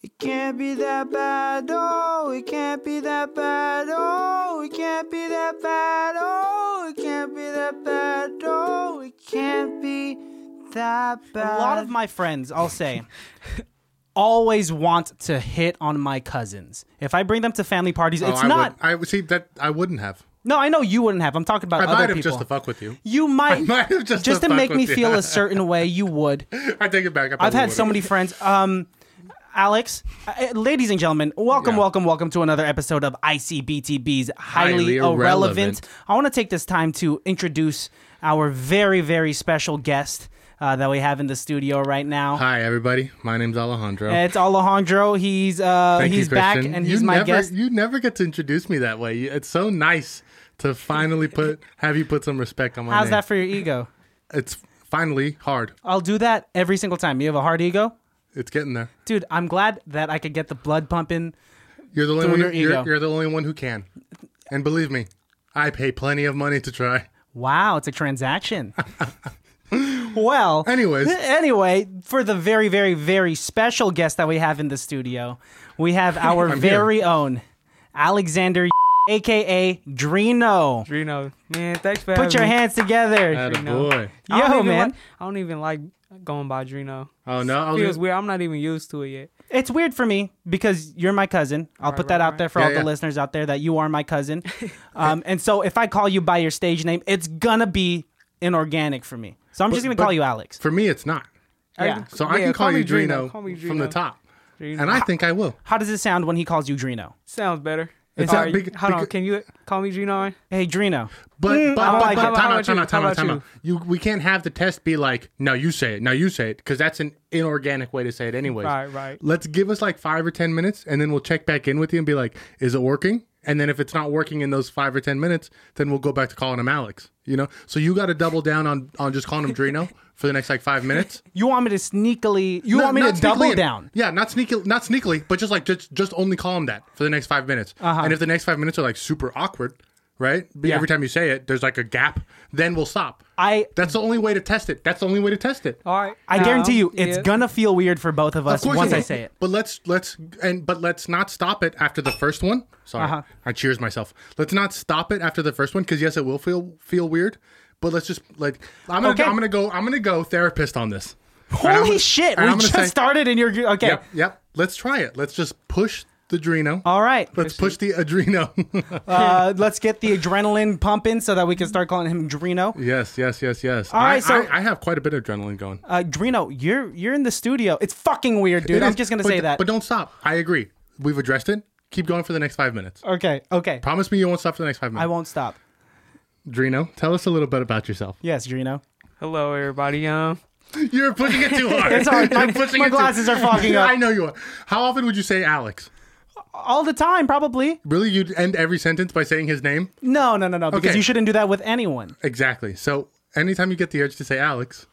It can't be that bad, oh, it can't be that bad, oh, it can't be that bad, oh, it can't be that bad, oh, it can't be that bad. A lot of my friends, I'll say, always want to hit on my cousins. If I bring them to family parties, it's Oh, I not. Would, I would- see that I wouldn't have. No, I know you wouldn't have. I'm talking about I other might have people. just to fuck with you. you might, might have just to to fuck make me with you. feel a certain way. You would. I take it back. I I've probably had so would've. many friends. Um, Alex, uh, ladies and gentlemen, welcome, Yeah. welcome, welcome to another episode of ICBTB's Highly, Highly Irrelevant. Irrelevant. I want to take this time to introduce our very, very special guest uh, that we have in the studio right now. Hi everybody, my name's Alejandro. It's Alejandro. He's uh, Thank you, he's back Christian. and You he's my never, guest. You never get to introduce me that way. You- It's so nice to finally put have you put some respect on my How's name. that for your ego? it's finally hard. I'll do that every single time. You have a hard ego? It's getting there. Dude, I'm glad that I could get the blood pumping. You're the only Through one, your you're, ego. you're the only one who can. And believe me, I pay plenty of money to try. Wow, it's a transaction. well, Anyways. anyway, for the very, very, very special guest that we have in the studio, we have our I'm very own Alexander, aka Drino. Drino, man, thanks for Put your having me. hands together. Drino. Attaboy. I don't Yo, even man. like- I don't even like going by Drino. Oh no, I was Feels gonna- weird. I'm not even used to it yet. It's weird for me because you're my cousin. I'll put that right, out there for right. all Yeah, the yeah. listeners out there that you are my cousin. um, and so if I call you by your stage name, it's gonna be inorganic for me. So I'm just gonna but- call you Alex. for me it's not. Yeah. So I Yeah, can call, call you me Drino. Drino, Call me from the Drino. top. Drino. And I think I will. How does it sound when he calls you Drino? Sounds better. It's All not right, big- hold on, big- can you call me Drino? Hey, Drino. But Mm, but, I but, like but it. time How out, about time you? out, time How out, about time out. You we can't have the test be like, no, you say it, no, you say it, because that's an inorganic way to say it anyways. Right, right. Let's give us like five or ten minutes and then we'll check back in with you and be like, is it working? And then if it's not working in those five or ten minutes, then we'll go back to calling him Alex. You know? So you gotta double down on on just calling him Drino for the next like five minutes. You want me to sneakily? You No, want me to not double sneakily- down? Yeah, not sneakily, not sneakily, but just like just just only call him that for the next five minutes. And if the next five minutes are like super awkward, right? Uh-huh. Be- Yeah. Every time you say it, there's like a gap. Then we'll stop. I Oh, That's the only way to test it. That's the only way to test it. All right. I now, guarantee you, it's yeah. gonna feel weird for both of us course once it I will. say it. But let's let's and but let's not stop it after the first one. Sorry, Uh-huh. I cheers myself. Let's not stop it after the first one because yes, it will feel feel weird. But let's just like I'm gonna Okay. I'm gonna go I'm gonna go therapist on this. And I'm Holy gonna- shit! and We I'm gonna just say- started, and you're okay. Yep, yep. Let's try it. Let's just push the Drino. All right, Let's push the Adreno. uh, let's get the adrenaline pumping so that we can start calling him Drino. yes, yes, yes, yes. All I, right, so- I, I have quite a bit of adrenaline going. Uh, Drino, you're you're in the studio. It's fucking weird, dude. It I'm is, just gonna but- say that. But don't stop. I agree. We've addressed it. Keep going for the next five minutes. okay, okay, Promise me you won't stop for the next five minutes. I won't stop. Drino, tell us a little bit about yourself. Yes, Drino. Hello, everybody. Um, You're pushing it too hard. It's all right. My- You're pushing my it too- glasses are fogging up. I know you are. How often would you say Alex? All the time, probably. Really, you'd end every sentence by saying his name? No, no, no, no. Because Okay. you shouldn't do that with anyone. Exactly. So anytime you get the urge to say Alex,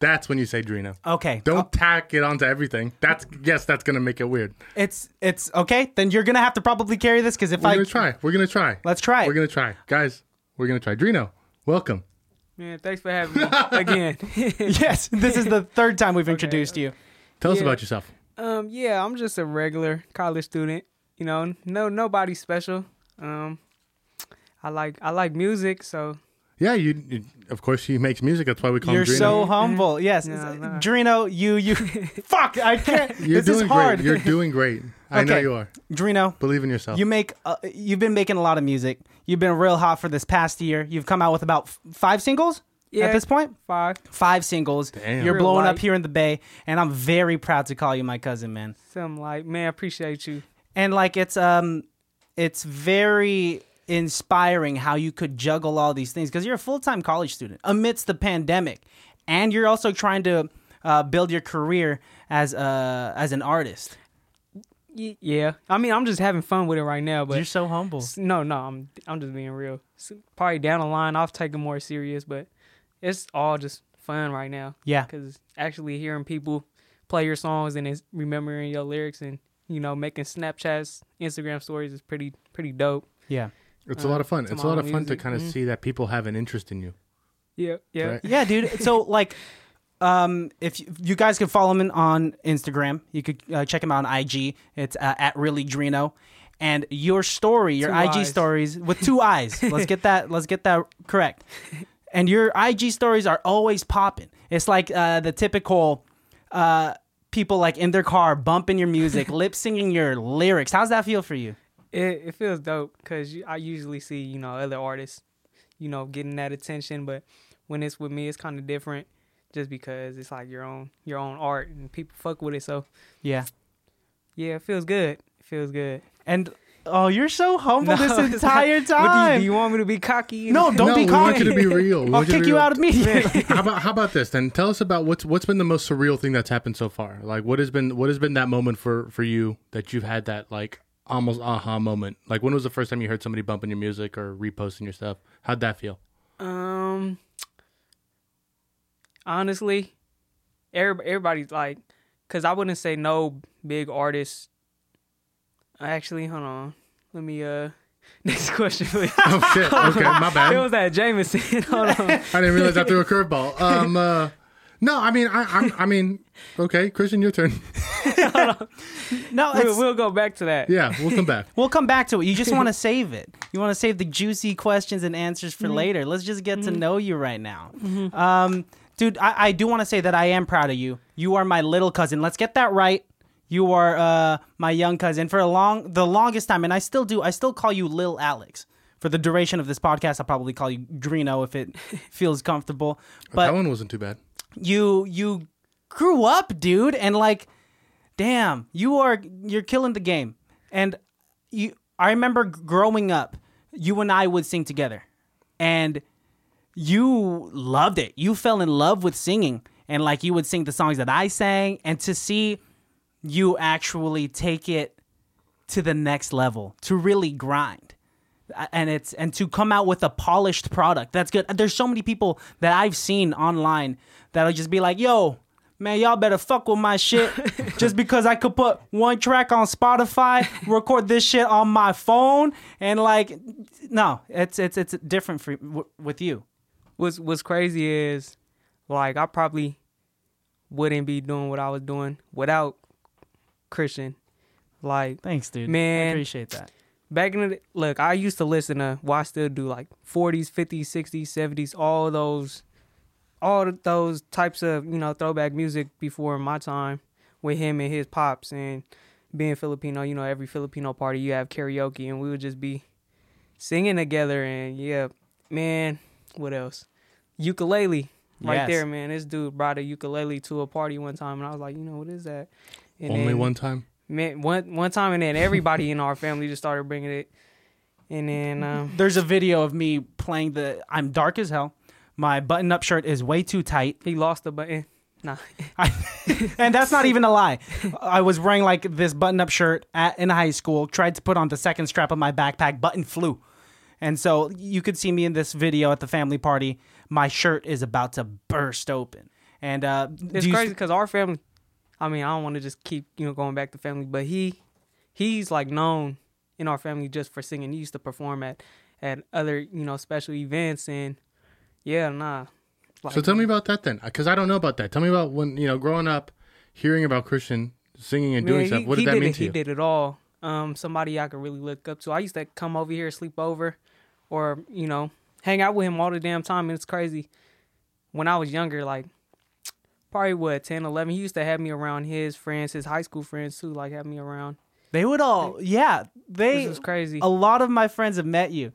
that's when you say Drino. Okay. Don't Uh, tack it onto everything. That's yes, that's gonna make it weird. it's it's okay. Then you're gonna have to probably carry this because if We're I gonna try. We're gonna try. Let's try it. We're gonna try, guys. We're gonna try. Drino, welcome. man, thanks for having me again. Yes, this is the third time we've introduced you. Tell us Yeah. about yourself. Um, yeah, I'm just a regular college student. You know, no nobody special. Um, I like I like music, so Yeah, you, you- Of course, he makes music. That's why we call You're him Drino. so humble. Yes, Mm-hmm. No, no. Drino, you you. fuck, I can't. You're this doing is hard. great. You're doing great. I know Okay. you are. Drino, Believe in yourself. you make uh, you've been making a lot of music. You've been real hot for this past year. You've come out with about f- five singles at Yeah. this point. five. Five singles. Damn. You're Real blowing up light. here in the Bay, and I'm very proud to call you my cousin, man. Something like, man, I appreciate you. and like it's um it's very inspiring how you could juggle all these things because you're a full-time college student amidst the pandemic and you're also trying to uh, build your career as a as an artist Y- Yeah, I mean, I'm just having fun with it right now. But you're so humble S- No, no, I'm I'm just being real. S- Probably down the line, I'll take it more serious, but it's all just fun right now. Yeah. because actually hearing people play your songs and it's remembering your lyrics and you know making Snapchats, Instagram stories is pretty pretty dope. yeah it's a lot of fun. It's a lot of fun to music. kind of see that people have an interest in you. Yeah, yeah. Right. yeah dude so like um, if you, you guys can follow him on Instagram, you could uh, check him out on IG. It's uh, at really Drino. And your story, your Two IG eyes. stories with two eyes. Let's get that. Let's get that correct. And your IG stories are always popping. It's like uh, the typical uh, people like in their car bumping your music, lip singing your lyrics. How's that feel for you? it, it feels dope because I usually see you know other artists, you know, getting that attention, but when it's with me, it's kind of different, just because it's like your own your own art and people fuck with it. So Yeah. yeah, it feels good. It feels good. And oh, you're so humble No, this it's not- entire what do you- time. Do you, want me to be cocky? no, don't no, be we want you cocky. to be real. We I'll want to kick be you real. out of me. how about how about this then? Tell us about what's what's been the most surreal thing that's happened so far. Like what has been what has been that moment for for you that you've had that like almost aha moment. Like when was the first time you heard somebody bumping your music or reposting your stuff? How'd that feel? Um, honestly, everybody, everybody's like, cause I wouldn't say no big artist. Actually, hold on. Let me uh. Next question, please. Oh shit. Okay, my bad. it was that Jameson. hold on. I didn't realize I threw a curveball. Um, uh, no, I mean, I, I'm, I mean, okay, Christian, your turn. no, We'll, it's, we'll go back to that. Yeah, we'll come back. We'll come back to it. You just want to save it. You want to save the juicy questions and answers Mm-hmm. for later. Let's just get to know you right now. Um, dude, I, I do want to say that I am proud of you. You are my little cousin. Let's get that right. You are uh, my young cousin for a long, the longest time, and I still do. I still call you Lil Alex for the duration of this podcast. I'll probably call you Drino if it feels comfortable. But that one wasn't too bad. you you grew up, dude, and like, damn, you are you're killing the game. And you, I remember g- growing up, you and I would sing together, and you loved it. You fell in love with singing, and like you would sing the songs that I sang, and to see you actually take it to the next level, to really grind and it's and to come out with a polished product that's good there's so many people that i've seen online that'll just be like yo man y'all better fuck with my shit just because i could put one track on spotify record this shit on my phone and like no it's it's it's different for w- with you What's What's crazy is, like, I probably wouldn't be doing what I was doing without Christian. Like, thanks dude i Man. appreciate that back in the look, I used to listen to well, I still do like 40s, 50s, 60s, 70s, all those, all of those types of you know throwback music before my time with him and his pops and being Filipino. You know, every Filipino party you have karaoke, and we would just be singing together. And yeah, man, what else? Ukulele. Right Yes. there, man. This dude brought a ukulele to a party one time, and I was like, you know, what is that? And Only then- one time. Man, one one time, and then everybody in our family just started bringing it. And then, um, there's a video of me playing the i'm dark as hell my button-up shirt is way too tight he lost the button. Nah, I, and that's not even a lie. I was wearing like this button-up shirt at, in high school. Tried to put on the second strap of my backpack, button flew, and so you could see me in this video at the family party. My shirt is about to burst open, and uh, it's do you- crazy because our family. I mean, I don't want to just keep you know going back to family, but he, he's like known in our family just for singing. He used to perform at at other you know special events, and yeah, nah. Like, So tell me about that then, because I don't know about that. Tell me about when you know growing up, hearing about Christian singing and doing Man, stuff. he- what did he that did mean it, to he you? did it all. Um, somebody I could really look up to. I used to come over here, sleep over, or you know, hang out with him all the damn time. And it's crazy. When I was younger, like probably what 10, 11, he used to have me around his friends, his high school friends too. Like have me around. they would all, yeah, they This was crazy. A lot of my friends have met you,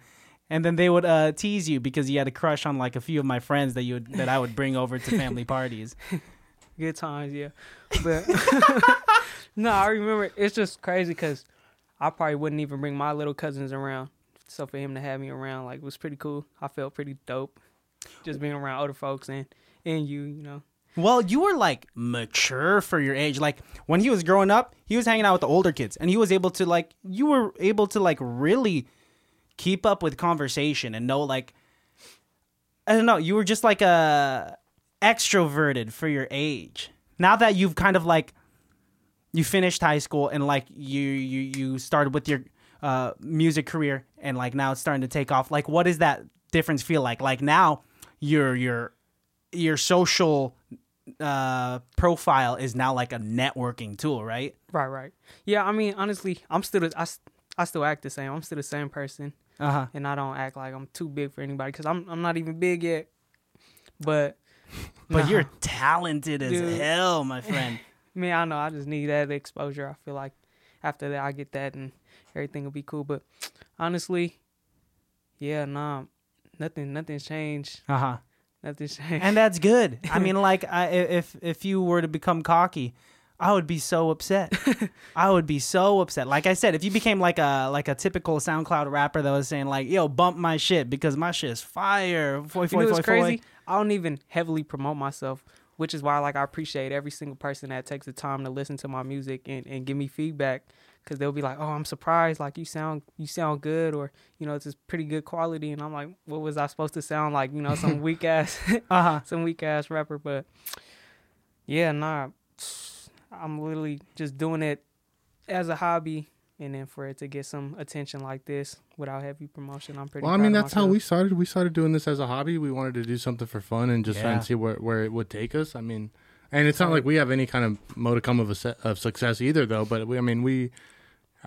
and then they would uh, tease you because you had a crush on like a few of my friends that you would, that I would bring over to family parties. Good times, yeah. But no, I remember. It's just crazy because I probably wouldn't even bring my little cousins around. So for him to have me around, like, was pretty cool. I felt pretty dope, just being around older folks and and you, you know. Well, you were like mature for your age. Like when he was growing up, he was hanging out with the older kids and he was able to like you were able to like really keep up with conversation and know like I don't know, you were just like uh extroverted for your age. Now that you've kind of like you finished high school and like you you you started with your uh music career and like now it's starting to take off. Like what does that difference feel like? Like now you're you're your social uh, profile is now like a networking tool, right? Right, right. Yeah, I mean, honestly, I'm still the- I, s- I still act the same. I'm still the same person, Uh huh. and I don't act like I'm too big for anybody because I'm I'm not even big yet. But But Nah. you're talented as Dude. hell, my friend. man, I know I just need that exposure. I feel like after that I get that and everything will be cool. But honestly, yeah, nah, nothing nothing's changed. Uh huh. Nothing's changed. and that's good. I mean, like, I, i- if if you were to become cocky, I would be so upset. I would be so upset. Like I said, if you became like a like a typical SoundCloud rapper that was saying like, "Yo, bump my shit because my shit is fire," foi, You foi, know what's foi, foi. crazy? I don't even heavily promote myself, which is why like I appreciate every single person that takes the time to listen to my music and, and give me feedback because they'll be like, "Oh, I'm surprised. Like you sound you sound good, or you know, it's just pretty good quality." And I'm like, "What was I supposed to sound like? You know, some weak ass, Uh-huh. some weak ass rapper?" But yeah, nah, I'm literally just doing it as a hobby. And then for it to get some attention like this without heavy promotion, I'm pretty. Well, I proud mean, of that's how myself. we started. We started doing this as a hobby. We wanted to do something for fun and just try Yeah. and see where, where it would take us. I mean, and it's not like we have any kind of modicum of a se- of success either, though. But we, I mean, we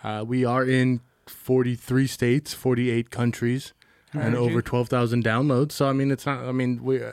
uh, we are in forty three states, forty eight countries, and heard you. over twelve thousand downloads. So I mean, it's not. I mean, we uh,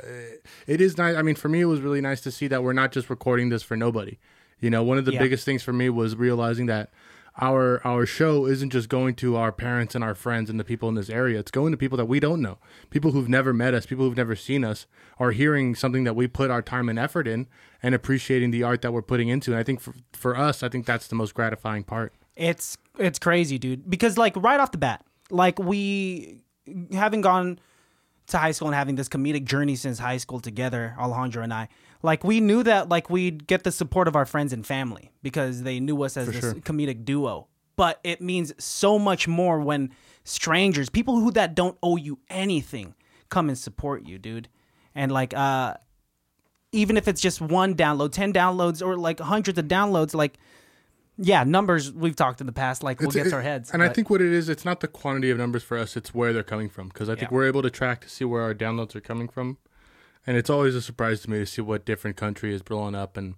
it is nice. I mean, for me, it was really nice to see that we're not just recording this for nobody. You know, one of the Yeah. biggest things for me was realizing that our our show isn't just going to our parents and our friends and the people in this area. It's going to people that we don't know, people who've never met us, people who've never seen us, are hearing something that we put our time and effort in, and appreciating the art that we're putting into. And I think for for us, I think that's the most gratifying part. It's it's crazy, dude. Because like right off the bat, like we having gone to high school and having this comedic journey since high school together, Alejandro and I, like we knew that like we'd get the support of our friends and family because they knew us as this comedic duo. But it means so much more when strangers, people who that don't owe you anything, come and support you, dude. And like uh even if it's just one download, 10 downloads or like hundreds of downloads, like yeah, numbers we've talked in the past like will It's- get it- our heads. And I but- think what it is, it's not the quantity of numbers for us; it's where they're coming from. Because I think Yeah. we're able to track to see where our downloads are coming from, and it's always a surprise to me to see what different country is blowing up. And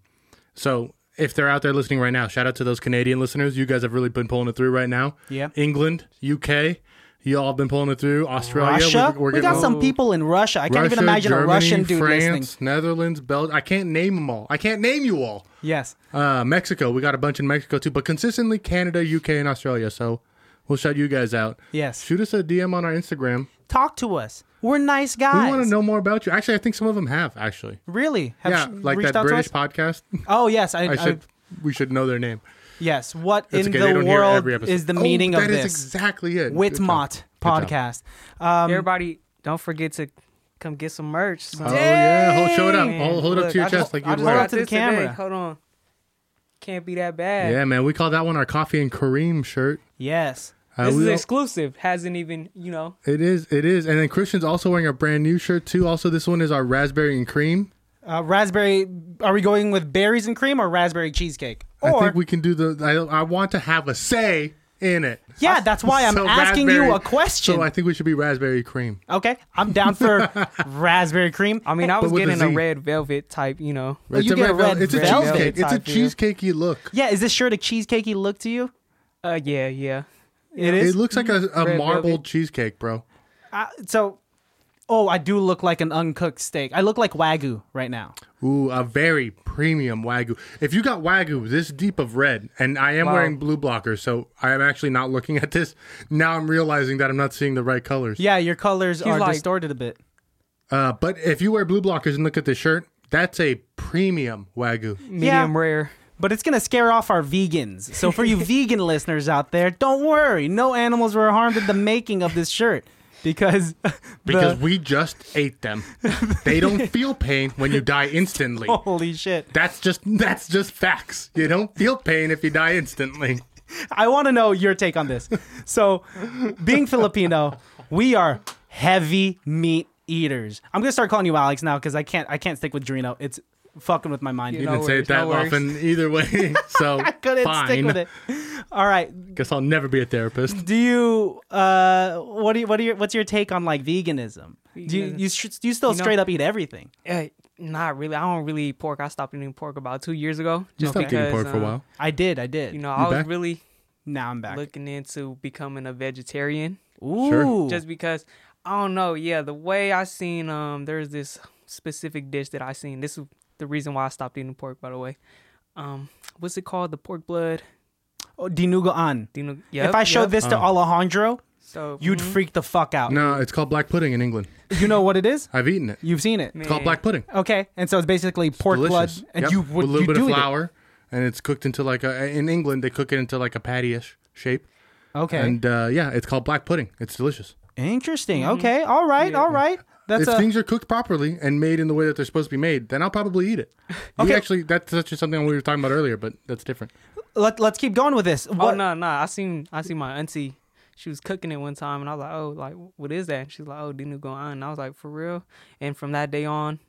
so, if they're out there listening right now, shout out to those Canadian listeners. You guys have really been pulling it through right now. Yeah. England, UK, you all have been pulling it through. Australia, Russia. Oh, we're, we we're getting Oh. got some people in Russia. I can't even Russia, imagine a Germany, Russian dude France, listening. Netherlands, Belgium. I can't name them all. I can't name you all. Yes. Uh, Mexico, we got a bunch in Mexico too, but consistently Canada, UK, and Australia. So we'll shout you guys out. Yes. Shoot us a DM on our Instagram. Talk to us. We're nice We guys. want to know more about you. Actually, I think some of them have actually. Really? Have Yeah, sh- like reached that out British to us? podcast. Oh yes, I, I I- should. we should know their name. yes. What It's in okay, they the don't hear world every episode. is the Oh, meaning of that is this? exactly it. Good job. Witmot job. podcast. Um, Everybody, don't forget to come get some merch. son. Oh yeah, hold, show it up. Man, Hold, hold up look, to your I chest just- like I you'd just wear. got Hold up to the this today. camera. Hold on. Can't be that bad. Yeah, man, we call that one our coffee and Kareem shirt. yes. Uh, This we is all- exclusive. Hasn't even, you know. it is, it is, and then Christian's also wearing a brand new shirt too. Also, this one is our raspberry and cream. Uh, raspberry. Are we going with berries and cream or raspberry cheesecake? Or I think we can do the. I, I want to have a say in it. yeah, that's why I'm So asking you raspberry- a question. So I think we should be raspberry cream. okay, I'm down for raspberry cream. Um, I mean, I was with a getting a, Z. red velvet type, you know. you get red a vel- red it's a velvet cheesecake. It's a type feel. cheesecakey look. Yeah, is this shirt a cheesecakey look to you? Uh, yeah, yeah. It is. It looks like a, a Red marbled velvet. cheesecake, bro. I, so, oh, I do look like an uncooked steak. I look like wagyu right now. Ooh, a very premium wagyu. If you got wagyu this deep of red, and I am Wow. wearing blue blockers, so I am actually not looking at this. Now I'm realizing that I'm not seeing the right colors. Yeah, your colors are like- distorted a bit. Uh, but if you wear blue blockers and look at this shirt, that's a premium wagyu. Medium rare. But it's gonna scare off our vegans. So for you vegan listeners out there, don't worry. No animals were harmed in the making of this shirt because Because the, we just ate them. they don't feel pain when you die instantly. holy shit. That's just that's just facts. You don't feel pain if you die instantly. I want to know your take on this. So, being Filipino, we are heavy meat eaters. I'm gonna start calling you Alex now because I can't. I can't stick with Drino. It's fucking with my mind. You You No didn't say worries, it that no worries. often either way. So I couldn't fine. stick with it. All right. Guess I'll never be a therapist. Do you uh what do you what are your what's your take on like veganism? Do you Veganism. you, sh- do you still know- straight up eat everything? Uh, Not really. I don't really eat pork. I stopped eating pork about two years ago. You Just stopped because, eating pork for a uh, while. I did. I did. You know, I was back? really now I'm back. looking into becoming a vegetarian. Ooh. just because I don't know. Yeah, the way I seen um, there's this specific dish that I seen. This is the reason why I stopped eating pork, by the way. Um, what's it called? The pork blood. oh, Dinugo an. Do you know? Yep, if I showed yep. this to Alejandro, so you'd mhm. freak the fuck out. Oh. No, it's called black pudding in England. You know what it is? I've eaten it. You've seen it. It's called Man. black pudding. Okay, and so it's basically pork Delicious. blood, and Yep. you with would a little you bit do of it. flour, and it's cooked into like a. In England, they cook it into like a patty-ish shape, Okay, and uh, yeah, it's called black pudding. It's delicious. interesting. Mm-hmm. Okay, all right, all right. That's if a things are cooked properly and made in the way that they're supposed to be made, then I'll probably eat it. Okay. We actually, that's actually something we were talking about earlier, but that's different. let. Let's keep going with this. Oh What? no, no. I seen I seen my auntie. She was cooking it one time, and I was like, "Oh, like what is that?" And she's like, "Oh, didn't go on." And I was like, "For real?" And from that day on,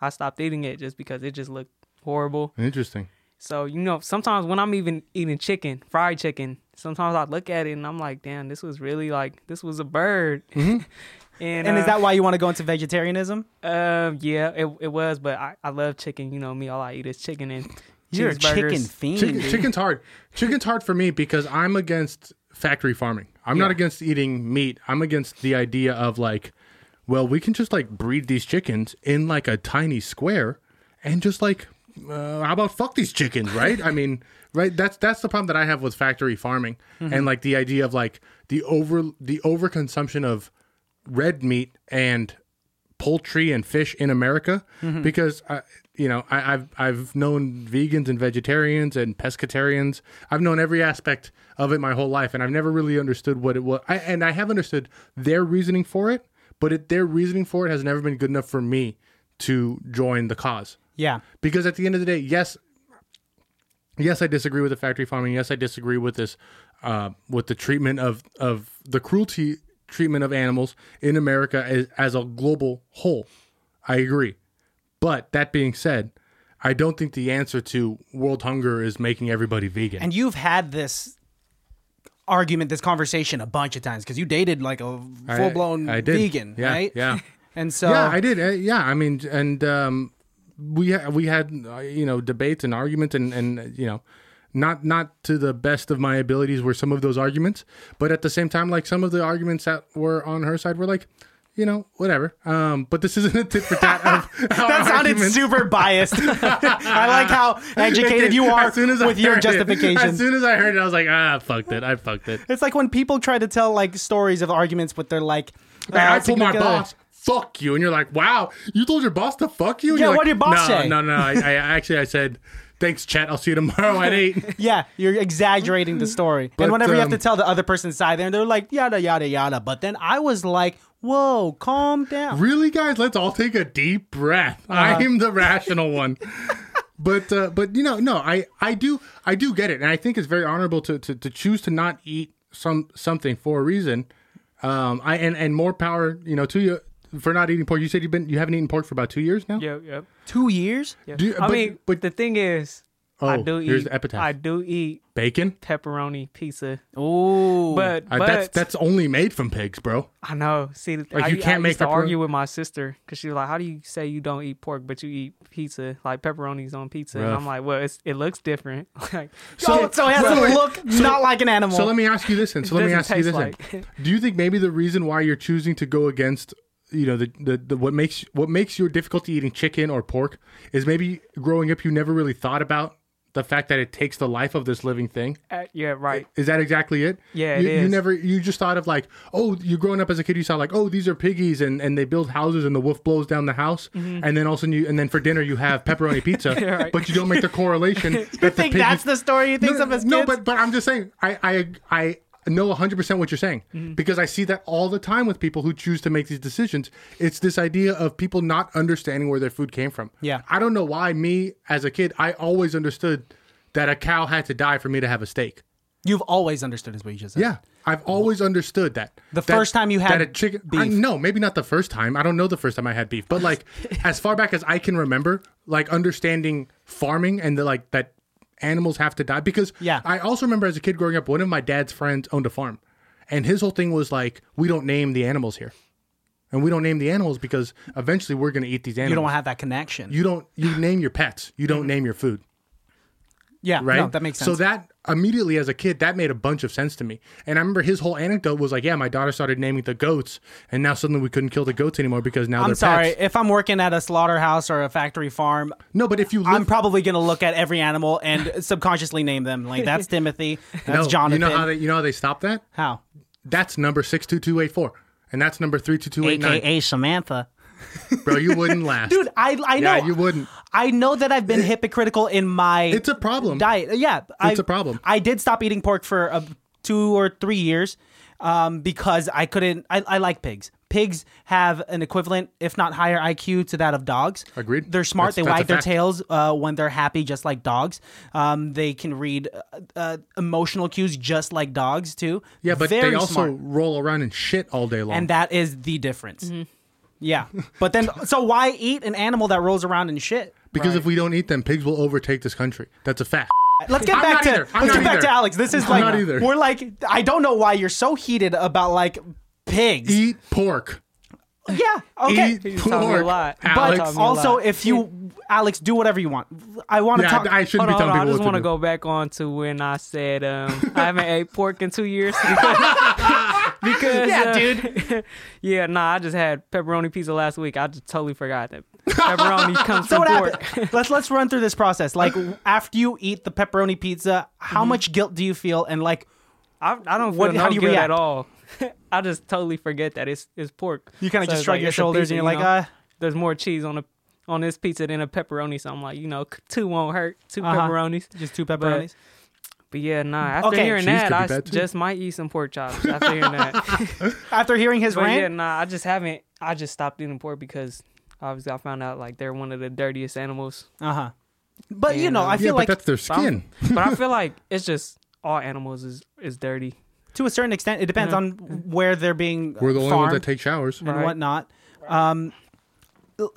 I stopped eating it just because it just looked horrible. Interesting. So you know, sometimes when I'm even eating chicken, fried chicken, sometimes I look at it and I'm like, "Damn, this was really like this was a bird." and And is uh, that why you want to go into vegetarianism? Um, yeah, it, it was, but I, I love chicken. You know me, all I eat is chicken and You're a cheeseburgers. chicken fiend. Chicken, dude. chicken's hard. Chicken's hard for me because I'm against factory farming. I'm not against eating meat. I'm against the idea of like, well, we can just like breed these chickens in like a tiny square, and just like, uh, how about fuck these chickens, right? I mean, right? That's that's the problem that I have with factory farming and like the idea of like the over the overconsumption of red meat and poultry and fish in America because I, you know I, I've I've known vegans and vegetarians and pescatarians. I've known every aspect of it my whole life, and I've never really understood what it was. I, and I have understood their reasoning for it, but it, their reasoning for it has never been good enough for me to join the cause. Yeah. Because at the end of the day, yes, yes, I disagree with the factory farming. Yes, I disagree with this, uh, with the treatment of of the cruelty treatment of animals in America as, as a global whole. I agree, but that being said, I don't think the answer to world hunger is making everybody vegan. And you've had this argument, this conversation a bunch of times because you dated like a full blown I did. vegan, Yeah, right? yeah. And so yeah, I did. Uh, yeah, I mean, and um, we ha- we had uh, you know debates and arguments, and and uh, you know, not not to the best of my abilities were some of those arguments, but at the same time, like some of the arguments that were on her side were like, you know, whatever. Um, but this isn't a tit for tat. of that our sounded arguments. super biased. I like how educated you are As soon as I with your heard it- justification. as soon as I heard it, I was like, ah, fucked it. I fucked it. It's like when people try to tell like stories of arguments, but they're like, uh, Like, I told my significant other. boss, "Fuck you," and you're like, "Wow, you told your boss to fuck you?" And Yeah, you're like, what'd your boss no, say?" No, no, I, I actually I said, "Thanks, Chet. I'll see you tomorrow at 8. Yeah, you're exaggerating the story. But, and whenever you have to um, tell the other person's side, there, they're like yada yada yada. But then I was like, whoa, calm down. really, guys, let's all take a deep breath. Uh-huh. I am the rational one. But uh, but you know no I, I do I do get it and I think it's very honorable to, to, to choose to not eat some something for a reason, um I and, and more power you know to you for not eating pork. You said you've been you haven't eaten pork for about two years now. Yep, yep. Two years. yep. Do you- I but- mean, but- but the thing is, I Oh, do here's eat. the epitaph. I do eat Bacon. pepperoni pizza, Ooh. but Uh, but that's that's only made from pigs, bro. I know. See, the- Like, I, you u- I can't make used to pepperoni- argue with my sister because she was like, "How do you say you don't eat pork, but you eat pizza, like pepperonis on pizza?" And Rough. I'm like, "Well, it's, it looks different. like, so, so it has well, to wait, look not like an animal. So let me ask you this, and so let me Doesn't ask you taste this: then. like. Do you think maybe the reason why you're choosing to go against, you know, the, the, the what makes what makes your difficulty eating chicken or pork is maybe growing up you never really thought about the fact that it takes the life of this living thing? uh, yeah, right. Is that exactly it? Yeah, it you, you is. never you just thought of like, oh, you growing up as a kid, you saw like, oh, these are piggies, and and they build houses, and the wolf blows down the house, and then all of a sudden you, and then for dinner you have pepperoni pizza, Mm-hmm. right. but you don't make the correlation. you that the think piggy- that's the story you think no, of as kids? no, but but I'm just saying I I I know 100% what you're saying Mm-hmm. because I see that all the time with people who choose to make these decisions. It's this idea of people not understanding where their food came from. Yeah. I don't know why me as a kid I always understood that a cow had to die for me to have a steak. You've always understood is what you just said. Yeah. I've always understood that. The That- first time you had that a chicken beef. I- no, maybe not the first time. I don't know the first time I had beef, but like as far back as I can remember, like understanding farming and the like that animals have to die because Yeah. I also remember as a kid growing up, one of my dad's friends owned a farm, and his whole thing was like, we don't name the animals here. and we don't name the animals because eventually we're going to eat these animals. You don't Mm-hmm. have that connection. you don't you name your pets. You don't name your food. yeah, right? no, that makes sense. So that immediately as a kid, that made a bunch of sense to me. And I remember his whole anecdote was like, yeah, my daughter started naming the goats, and now suddenly we couldn't kill the goats anymore because now I'm they're sorry. pets. If I'm working at a slaughterhouse or a factory farm, No, but if you live, I'm probably gonna look at every animal and subconsciously name them. Like that's Timothy, that's no, Jonathan. you know how they you know how they stop that? How? That's number six two two eight four, and that's number three two two eight nine. AKA Samantha. Bro, you wouldn't last, Dude, I I know Yeah, you wouldn't. I know that I've been hypocritical in my It's a problem. diet. uh, Yeah, it's I, a problem. I did stop eating pork for uh, two or three years um, because I couldn't. I, I like pigs. Pigs have an equivalent, if not higher, IQ to that of dogs. Agreed. They're smart. That's- they that's a wag their fact. tails uh, when they're happy, just like dogs. Um, they can read uh, uh, emotional cues, just like dogs too. Yeah, but Very they also smart. roll around and shit all day long. and that is the difference. Yeah, but then so why eat an animal that rolls around and shit? because if we don't eat them, pigs will overtake this country. That's a fact. Let's get I'm back not to either. I'm let's not get back either. to Alex. This is I'm like not either. we're like I don't know why you're so heated about like pigs. Eat pork. yeah. Okay. Eat He's pork. telling me a lot. but But E- Alex. Taught me a also, lot. if you Alex, do whatever you want. I want to yeah, talk. I, I shouldn't be Hold on, hold telling on. I people just what want to do. to go back on to when I said um, I haven't ate pork in two years because yeah, uh, dude. yeah, nah, I just had pepperoni pizza last week. I just totally forgot that pepperoni comes So from what pork. happened? let's let's run through this process. Like after you eat the pepperoni pizza, how Mm-hmm. much guilt do you feel? And like I, I don't feel What- no how do you guilt react? at all. I just totally forget that it's it's pork. you kind of So just it's shrug like, your it's a shoulders pizza, and you're you like, know? uh, there's more cheese on a on this pizza than a pepperoni. So I'm like, you know, c- two won't hurt. 2 Uh-huh. pepperonis. just two pepperonis. But yeah, nah. After Okay. hearing Cheese could that, be I bad, s- too. just might eat some pork chops. After hearing that, After hearing his but yeah, rant, nah. I just haven't. I just stopped eating pork because obviously I found out like they're one of the dirtiest animals. uh huh. But you And, know, um, I Yeah, feel like but that's their So I'm- skin. but I feel like it's just all animals is is dirty. to a certain extent, it depends on where they're being. We're the only ones farmed. that take showers. and Right. whatnot. Um,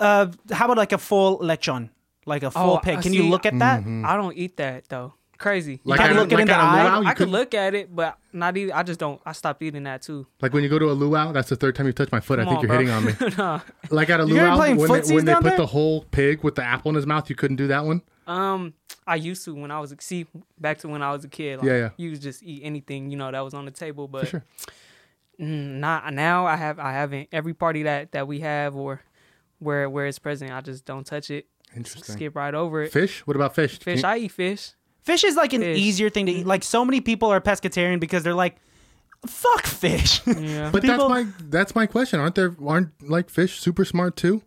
uh, how about like a full lechon, like a full Oh, pig? I Can you see. look at that? Mm-hmm. I don't eat that though. Crazy. Mm. Like gotta at a- look it in like the at a eye. luau, Oh, you I could couldn't- look at it, but not even. I just don't. I stopped eating that too. Like when you go to a luau, that's the third time you touch my foot. I think on, you're bro. hitting on me. Like at a You guys luau, playing when they, footsies when they down put there? the whole pig with the apple in his mouth, you couldn't do that one. Um, I used to when I was a see back to when I was a kid. Like, Yeah, yeah. You would just eat anything you know that was on the table, but sure. mm, not now. I have I haven't every party that that we have or where where it's present. I just don't touch it. Interesting. Skip right over it. Fish? What about fish? Can Fish. you- I eat fish. Fish is like an Fish. Mm-hmm. easier thing to eat. Like so many people are pescatarian because they're like, fuck fish. Yeah. but people- that's my that's my question. Aren't there aren't like fish super smart too?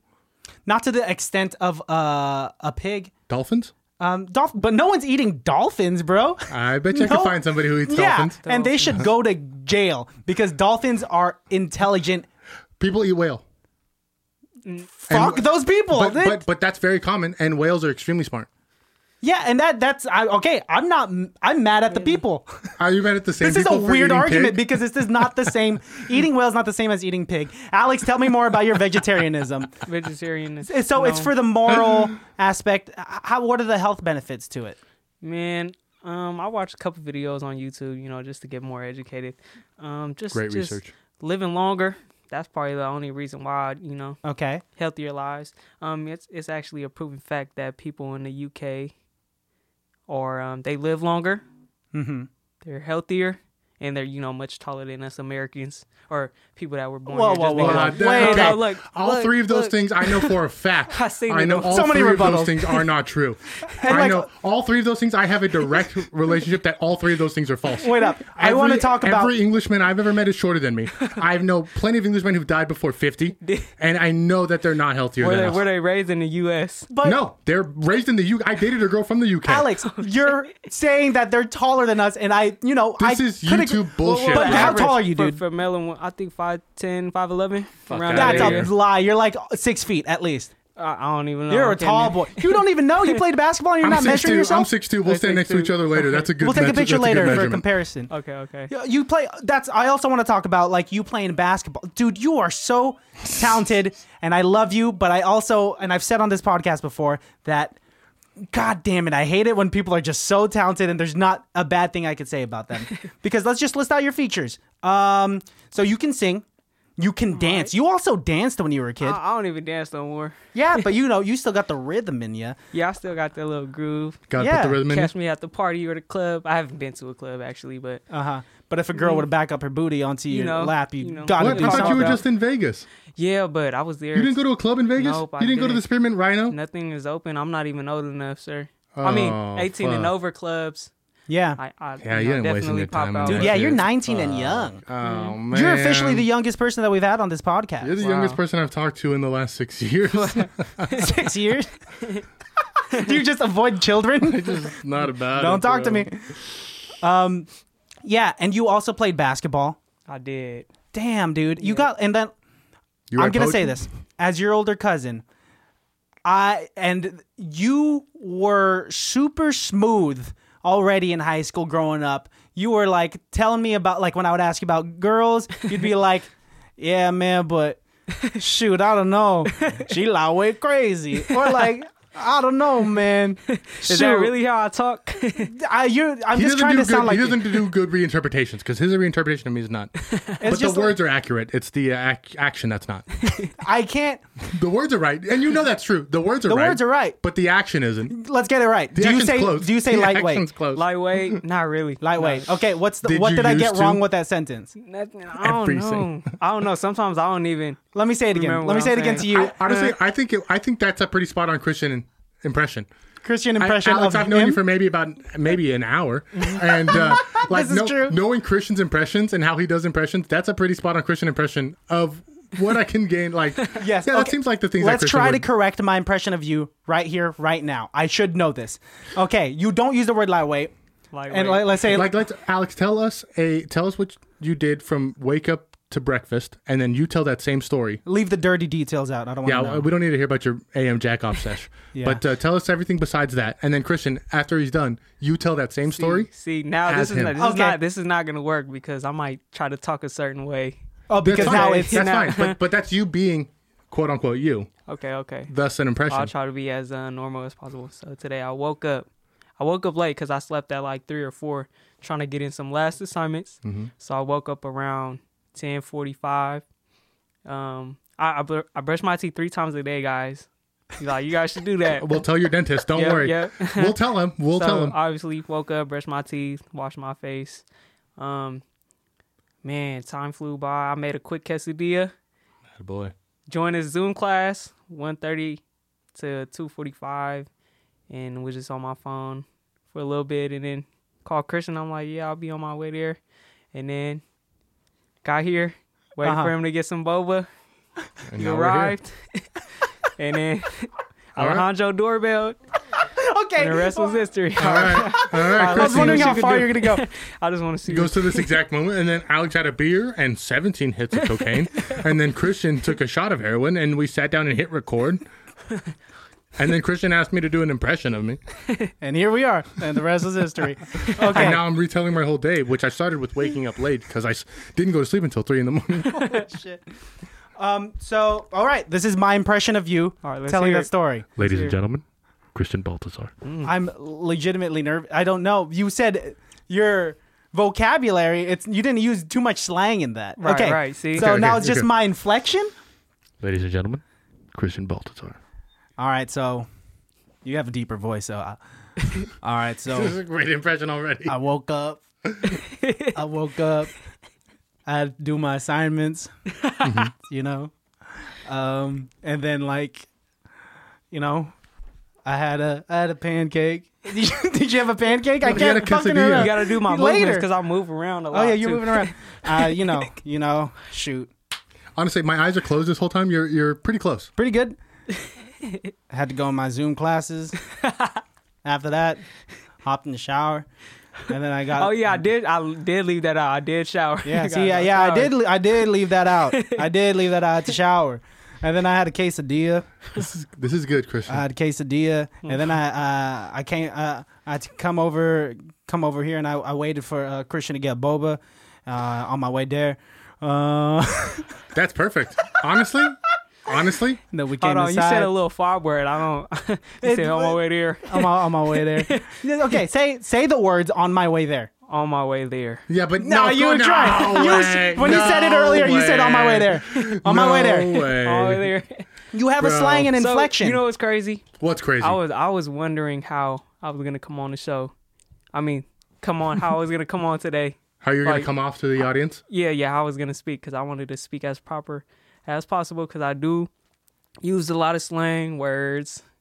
Not to the extent of uh, a pig. Dolphins? Um, dolph- but no one's eating dolphins, bro. I bet you I No. could Uh, find somebody who eats Yeah, dolphins. and they should go to jail because dolphins are intelligent. People eat whale. Fuck those people. But, They- but but that's very common and whales are extremely smart. yeah, and that that's I, okay. I'm not. I'm mad at the Mm. people. Are you mad at the same This is a people for weird eating argument pig? because this is not the same. eating whale is not the same as eating pig. Alex, tell me more about your vegetarianism. Vegetarian. is- So it's no. for the moral aspect. H- How, what are the health benefits to it? Man, um, I watched a couple videos on YouTube, you know, just to get more educated. Um, just Great just research. Living longer. That's probably the only reason why you know Okay. healthier lives. Um, it's it's actually a proven fact that people in the UK are um, they live longer, Mm-hmm. they're healthier, and they're you know much taller than us Americans or people that were born Whoa, here. whoa, just whoa, because- whoa. Uh, that- Wait, okay. no, look, all look, three of those look. things I know for a fact. I seen know it. all So many three of rebuttals. those things are not true. And I like- know all three of those things. I have a direct relationship that all three of those things are false. Wait up. I Every- want to talk about. every Englishman I've ever met is shorter than me. I know plenty of Englishmen who've died before fifty, and I know that they're not healthier Were than they us. were they raised in the U.S. but no, they're raised in the UK. I dated a girl from the UK. Alex, you're saying that they're taller than us, and I, you know, I This is could ag- YouTube bullshit. Oh, But how Average tall are you, for- dude? For melon, I think 5'10", 5'11". around outta that That's here. a area. lie. You're like six feet at least. I, I don't even know. You're a Oh, Okay, tall man. boy. You don't even know you played basketball. and You're I'm not measuring 6'2". yourself. I'm six two. We'll They're stand next to each 6'2". other later. That's a good. We'll take a that's picture that's good later for measurement. comparison. Okay, okay. Yeah, You play. That's. I also want to talk about like you playing basketball, dude. You are so talented, and I love you. But I also, and I've said on this podcast before that, god damn it, I hate it when people are just so talented and there's not a bad thing I could say about them. because let's just list out your features. Um, so you can sing. You can dance. You also danced when you were a kid. I, I don't even dance no more. yeah, but you know, you still got the rhythm in you. Yeah, I still got that little groove. Gotta Yeah, put the rhythm in. Catch me at the party or the club. I haven't been to a club actually, but Uh huh. But if a girl were to back up her booty onto your know, lap, you, Uh-huh. Mm. you know. gotta What? do I something. thought you were just in Vegas. yeah, but I was there. You didn't go to a club in Vegas? Nope, I you didn't, go to the didn't. Spearmint Rhino? Nothing is open. I'm not even old enough, sir. I mean, Oh, 18 and fuck. over clubs. yeah, I, I Yeah, you you know, didn't waste definitely your pop time out. on dude. that Yeah, shit. you're 19 and young. Oh, man. You're officially the youngest person that we've had on this You're podcast. the Wow. youngest person I've talked to in the last six years. Six years. do you just avoid children? Just not about Don't it, talk to bro. me. Um, yeah, and you also played basketball. I did. Damn, dude, you got and then You I'm had gonna coach- say this as your older cousin. I and you were super smooth already in high school growing up. You were like telling me about like when I would ask you about girls, you'd be like, "Yeah, man, but shoot, I don't know. She la way crazy." Or like, "I don't know, man." Is that really how I talk? I you I'm He just doesn't, trying do to good, sound like he doesn't do good reinterpretations because his reinterpretation of me is not. but the just like- words are accurate. It's the uh, ac- action that's not. I can't the words are right, and you know that's true. The words are The right. words are right. but the action isn't. Let's get it right. The do you action's say close. do you say the lightweight? Action's close. Lightweight? Not really. Lightweight. Okay, what's the, Did what you did I get used to? wrong with that sentence? Nothing. I don't Everything. know. I don't know. Sometimes I don't even. Let me say it again. Remember Let me what say I'm it again to saying. you. I, honestly, I think it, I think that's a pretty spot on Christian impression. Christian I- impression Alex, of I've known him. Mm-hmm. you for maybe about maybe an hour, and uh, like This is no- true. knowing Christian's impressions and how he does impressions, that's a pretty spot on Christian impression of what I can gain. Like, Yes. yeah, that okay. seems like the things. that Let's Christian try to would- correct my impression of you right here, right now. I should know this. Okay, you don't use the word lightweight. Lightweight. And like, let's say like let's Alex tell us a tell us what you did from wake up to breakfast, and then you tell that same story. leave the dirty details out. I don't want Yeah, to know. we don't need to hear about your AM jack off sesh, Oh, Yeah. but uh, tell us everything besides that, and then Christian, after he's done, you tell that same story. See now As this is him. not, this Okay. is not this is not gonna work because I might try to talk a certain way. oh, because that's now fine. it's that's now- fine, but but that's you being quote unquote you, Okay, okay. thus an impression. I'll try to be as uh, normal as possible. So today I woke up. I woke up late because I slept at like three or four, trying to get in some last assignments. Mm-hmm. So I woke up around ten forty five. Um, I I, br- I brush my teeth three times a day, guys. He's Like you guys should do that. We'll tell your dentist. Don't Yeah, worry. yeah. we'll tell him. We'll so tell him. obviously woke up, brushed my teeth, washed my face. Um, man, time flew by. I made a quick quesadilla. boy. joined his Zoom class, 1.30 to 2.45, and was just on my phone for a little bit, and then called Christian. I'm like, yeah, I'll be on my way there. And then got here, waited Uh-huh. for him to get some boba. And He now we're here. arrived. and then All right. Alejandro doorbell, okay. and the rest was history. All right. All right. I was Christian. wondering what how you could far do. you're gonna go. I just want to see. goes to this exact moment, and then Alex had a beer and 17 hits of cocaine, and then Christian took a shot of heroin, and we sat down and hit record. And then Christian asked me to do an impression of me, And here we are. And the rest is history. and Okay. now I'm retelling my whole day, which I started with waking up late because I s- didn't go to sleep until three in the morning. Shit. Um, so all right, this is my impression of you All right, let's telling hear that it. story. Ladies and gentlemen, Christian Baltazar. I'm legitimately nervous. I don't know. You said your vocabulary. It's you didn't use too much slang in that. Right, okay. right, see? So Okay, okay, now it's just okay. my inflection. Ladies and gentlemen, Christian Baltazar. All right. So you have a deeper voice. So I, all right. This is So a great impression already. I woke up. I woke up. I had to do my assignments. Mm-hmm. You know, um, and then like, you know. I had a I had a pancake. Did you, did you have a pancake? I you had can't a fucking quesadilla. You remember. gotta do my Later. movements because I move around a Oh lot. yeah, you're too. moving around. Uh, you know, you know. Shoot, Honestly, my eyes are closed this whole time. You're you're pretty close. pretty good. Had to go in my Zoom classes. After that, hopped in the shower, and then I got. Oh yeah, I did. I did leave that out. I did shower. yeah. Got See, yeah, my yeah. I shower. did. le- I did leave that out. I did leave that out to shower, and then I had a quesadilla. This is this is good, Christian. I had a quesadilla, and then Mm. I uh, I came uh, I had to come over come over here, and I, I waited for uh, Christian to get boba. Uh, on my way there, uh, That's perfect. Honestly, honestly, and then we came Hold on, inside. you said a little five word. I don't. you said on my way there. I'm on, on my way there. Yeah, okay, say say the words on my way there. on my way there. Yeah, but No, no, you were no trying. You were- way, when you said it no earlier, you said on my way there. On my way there. No way. All the way there. You have a Bro. slang and So, inflection. you know what's crazy? What's crazy? I was I was wondering how I was gonna come on the show. I mean, come on, how I was gonna come on today. How you're gonna like- come off to the audience? Yeah, yeah, I was gonna speak because I wanted to speak as proper as possible because I do use a lot of slang words.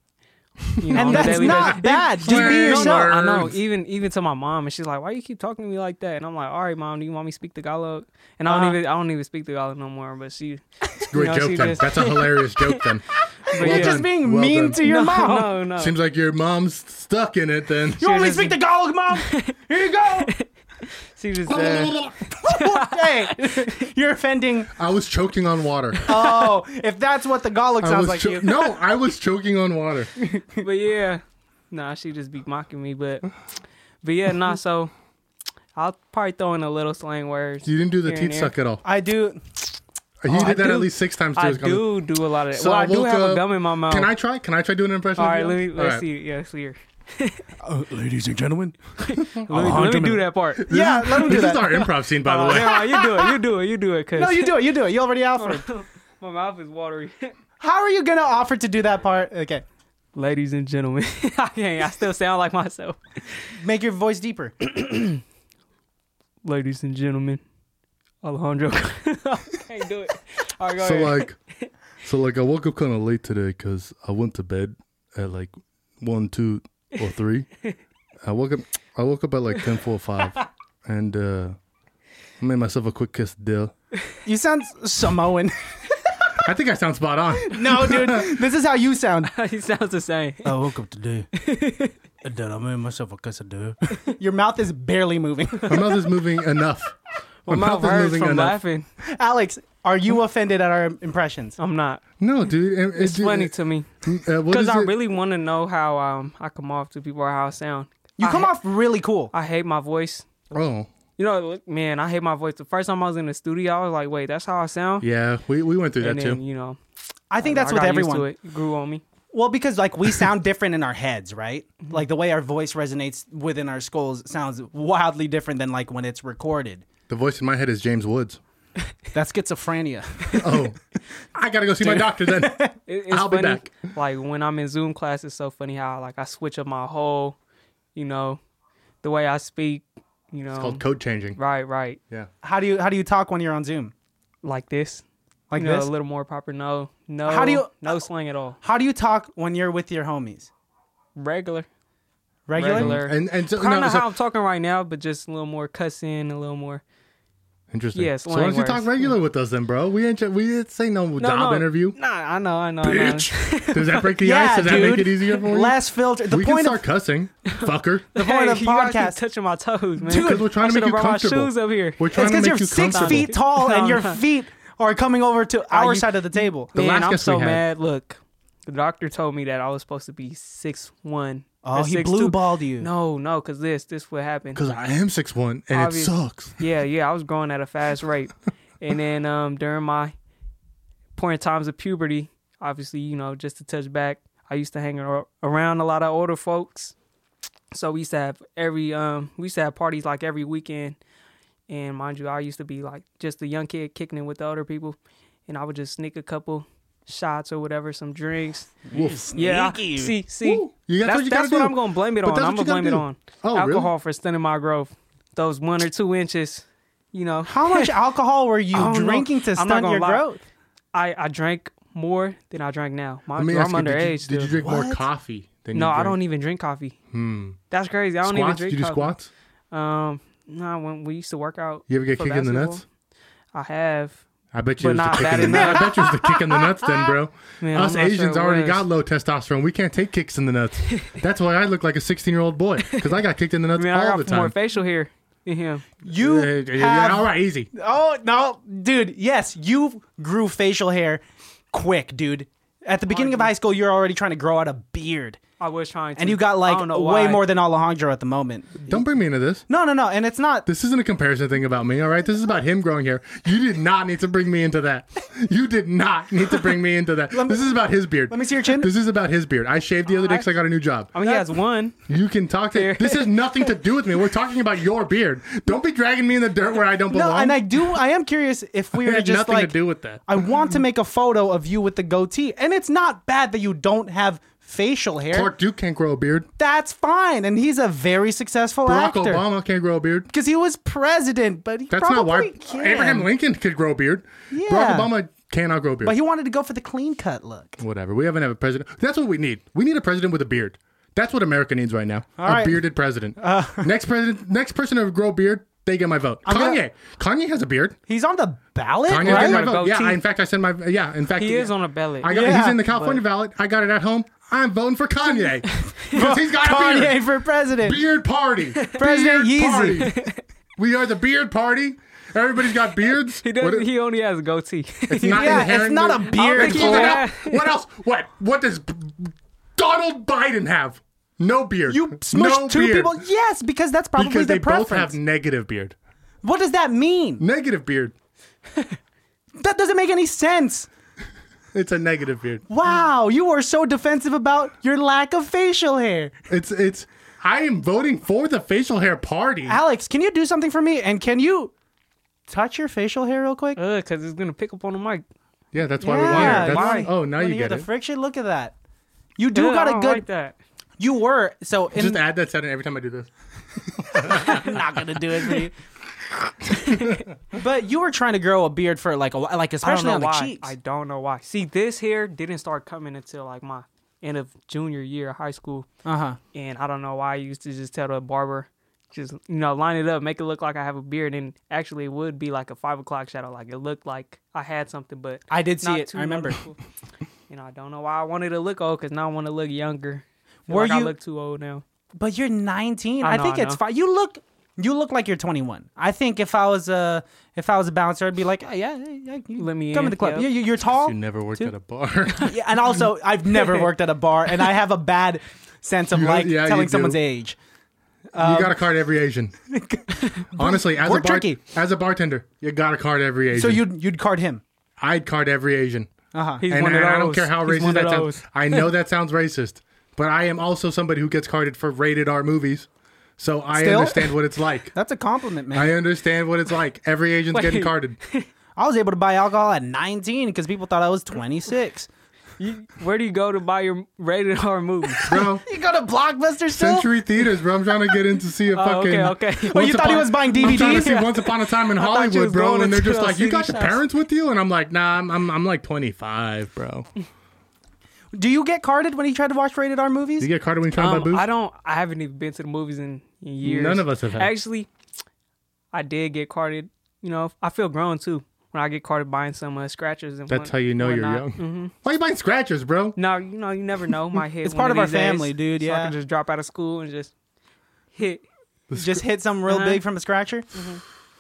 You know, on and a that's daily not bad. Just be Slang basis. No, no, yourself. I know. words. Even even to my mom, and she's like, "Why you keep talking to me like that?" And I'm like, "All right, mom, do you want me to speak Tagalog?" And I don't Uh-huh. even I don't even speak Tagalog no more. But she, It's a great know, joke she then. just- That's a hilarious joke then. but Well yeah. You're just being Well mean done. to your no, mom. no, no. Seems like your mom's stuck in it then. You only just- speak the Tagalog, mom. Here you go. She just uh, hey, you're offending. I was choking on water. Oh, if that's what the Gallic I sounds was like, cho- you. No, I was choking on water. but yeah, nah, she just be mocking me. But but yeah, nah. So I'll probably throw in a little slang words. You didn't do the Here and teeth there. suck at all. I do. Oh, He I did that do- at least six times to I his gum. do do a lot of. So well, I, I do woke have a up- gum in my mouth. Can I try? Can I try doing an impression? All of right, you? let me let's All right. see. Yeah, see here. ladies and gentlemen, Let me, let me do that part. Yeah, let him do This is that. our improv scene, by Uh, the way. no, you do it. You do it. You do it. Cause No, you do it. You do it. You already offered. my mouth is watery. How are you gonna offer to do that part? Okay, Ladies and gentlemen, I can't. I still sound like myself. make your voice deeper. Ladies and gentlemen, Alejandro. I can't do it. All right, go So ahead. like, so like, I woke up kind of late today because I went to bed at like one, two, or three. I woke up. I woke up at like ten, four, five, and uh, I made myself a quick kiss deal. You sound Samoan. I think I sound spot on. no, dude, this is how you sound. he sounds the same. I woke up today. And then I made myself a quesadilla. Your mouth is barely moving. My mouth is moving enough. My mouth hurts from laughing. Enough. Alex, are you offended at our impressions? I'm not. No, dude, it- It's it- funny to me uh, what because is I it? really want to know how um I come off to people or how I sound. You I come ha- off really cool. I hate my voice. Oh, You know, look, man, I hate my voice. The first time I was in the studio, I was like, "Wait, that's how I sound." yeah, we, we went through and that then too. you know, I think that's I with got used everyone. to it. It grew on me. Well, because like we sound different in our heads, right? Mm-hmm. Like the way our voice resonates within our skulls sounds wildly different than like when it's recorded. The voice in my head is James Woods. That's schizophrenia. Oh, I gotta go see my doctor then. It- it's I'll be funny, back. Like when I'm in Zoom class, it's so funny how like I switch up my whole, you know, the way I speak. You know, Called code changing. right, right, Yeah. how do you how do you talk when you're on Zoom? like this. Like you know, this? a little more proper. No, no. How do you- uh, No slang at all. How do you talk when you're with your homies? Regular. Regular? Regular. And and so, Kind of no, how so I'm talking right now, but just a little more cussing, a little more. interesting. Yeah, so why don't you slang talk words. regular with us then, bro? We ain't we didn't say no, No, job no. interview. Nah, I know, I know. I know. Does that break the ice? Does that make it easier for you? Less filter. The we can point start of cussing, fucker. point of hey, you guys keep podcast- touching my toes, man. Because we're trying I to make should've you brought my comfortable. shoes up here. We're trying it's because to make you're you six comfortable. feet tall No, and your no. feet are coming over to our you- side of the table. The Man, last I'm guest so we had. mad. Look, the doctor told me that I was supposed to be six one. Oh, he blue balled you. No, no, because this, this what happened. Because I am six one and Obvious. it sucks. Yeah, yeah, I was growing at a fast rate, and then um during my important times of puberty, obviously, you know, just to touch back, I used to hang ar- around a lot of older folks. So we used to have every um we used to have parties like every weekend, and mind you, I used to be like just a young kid kicking it with the older people, and I would just sneak a couple shots or whatever, some drinks. Woof. Yeah, I- see, see, Woo. You- that's that's what you that's gotta what do. I'm gonna blame it But on. that's I'm what you gonna blame it gotta on do. Oh, alcohol for stunting my growth. Those one or two inches, you know. How much alcohol were you I don't know. drinking to I'm not stunt gonna your lie. growth? I I drank more than I drank now. My, Let me I'm ask you, did you- underage. Did you still. drink more coffee than No, you I drink? don't even drink coffee. That's crazy. I don't even Squats? drink Did you do coffee. squats? Um, no, when we used to work out. You ever get for kicked in the basketball, nuts? I have. I bet But you it not was the kick bad in the enough. nuts. I bet you it was the kick in the nuts then, bro. Us Man, I'm not sure Asians it already was. got low testosterone. We can't take kicks in the nuts. That's why I look like a 16 year old boy because I got kicked in the nuts Man, I all got the more time. facial hair than him. You Yeah, yeah, yeah, have all right, easy. Oh no, dude! Yes, you grew facial hair quick, dude. At the beginning of high school, you're already trying to grow out a beard. I was trying to. and you got I like don't way know why. more than Alejandro at the moment. Don't bring me into this. No, no, no, and it's not. This isn't a comparison thing about me, all right? This is about him growing hair. You did not need to bring me into that. You did not need to bring me into that. this is about his beard. Let me see your chin. This is about his beard. I shaved the other day because I got a new job. I mean, he has one. You can talk to. This has nothing to do with me. We're talking about your beard. Don't be dragging me in the dirt where I don't belong. No, and I do. I am curious if we It were had just nothing like to do with that. I want to make a photo of you with the goatee, and it's not bad that you don't have facial hair. Clark Duke can't grow a beard. That's fine, and he's a very successful Barack actor. Obama can't grow a beard. because he was president, but he That's probably not why can. Abraham Lincoln could grow a beard. Barack Yeah. Obama cannot grow a beard. But he wanted to go for the clean cut look. Whatever. We haven't had a president. That's what we need. We need a president with a beard. That's what America needs right now. a right. bearded president. next president. Next person to grow a beard, they get my vote. Kanye. Kanye has a beard. He's on the ballot, Kanye right? gets my Got a vote. Yeah. goatee. I, in fact, I sent my. Yeah. In fact, He is yeah. on a belly. I got, Yeah, he's in the California ballot. I got it at home. I'm voting for Kanye because he's got a beard. Kanye for president. Beard party. President beard Yeezy. Party. We are the beard party. Everybody's got beards. he doesn't. What- he only has a goatee. it's not Yeah, inherent- it's not a I don't beard. think he's Yeah. got- What else? What? What does B- Donald Biden have? No beard. You smushed no two beard. people. Yes, because that's probably because the they preference. both have negative beard. what does that mean? Negative beard. That doesn't make any sense. It's a negative beard. Wow, you are so defensive about your lack of facial hair. It's it's. I am voting for the facial hair party. Alex, can you do something for me? And can you touch your facial hair real quick? Uh, cause it's gonna pick up on the mic. Yeah, that's why we want it. That's, wanna- Oh, now wanna you hear get the it. friction. Look at that. You do Ugh, got I a don't good. Like that. You were so. In, Just add that setting every time I do this. I'm not gonna do it for you. but you were trying to grow a beard for like a while, like I don't especially know on the why. cheeks. I don't know why. See, this hair didn't start coming until like my end of junior year of high school, Uh huh. and I don't know why I used to just tell the barber, just you know, line it up, make it look like I have a beard, and actually it would be like a five o'clock shadow. Like it looked like I had something, but I did see not it. too I remember. noticeable. you know, I don't know why I wanted to look old, cause now I want to look younger. I feel Were like I you- look too old now? But you're 19. I, know, think I it's know. fine. You look, you look like you're 21. I think if I was a, if I was a bouncer, I'd be like, oh, yeah, yeah, you Let me come in, in the club. yeah. You, you're tall. You never worked at a bar. Yeah, and also, I've never worked at a bar, and I have a bad sense of You- like yeah, you telling do. someone's age. Um, you got to card every Asian. Honestly, as We're a bar- tricky. as a bartender, you got to card every Asian. So you'd you'd card him. I'd card every Asian. Uh huh. He's and one of and those. I don't care how He's racist one of that those. sounds. I know that sounds racist, but I am also somebody who gets carded for rated R movies. So I Still? understand what it's like. That's a compliment, man. I understand what it's like. Every Asian's getting Wait. carded. I was able to buy alcohol at 19 because people thought I was 26. You, where do you go to buy your rated R movies? Bro, You go to Blockbuster still? Century Theaters, bro. I'm trying to get in to see a fucking. Oh, okay, okay. Well, you Once thought he upon- was buying I'm trying to see DVDs. Once Upon a Time in you Hollywood, was bro, going and they're to just a like, "You CD got your shop." parents with you?" And I'm like, "Nah, I'm I'm, I'm like 25, bro." Do Do you get carded when you try to watch rated R movies? you get carded when you try to buy Um, booze? I don't. I haven't even been to the movies in years. None of us have had. Actually, I did get carded. You know, I feel grown too when I get carded buying some uh, scratchers and. That's what- how you know you're whatnot. young. Why you buying scratchers, bro? No, you know, you never know. My hit. It's one part of our these days, family, dude, so I yeah. can just drop out of school and just hit. Just hit something real Uh-huh. big from a scratcher?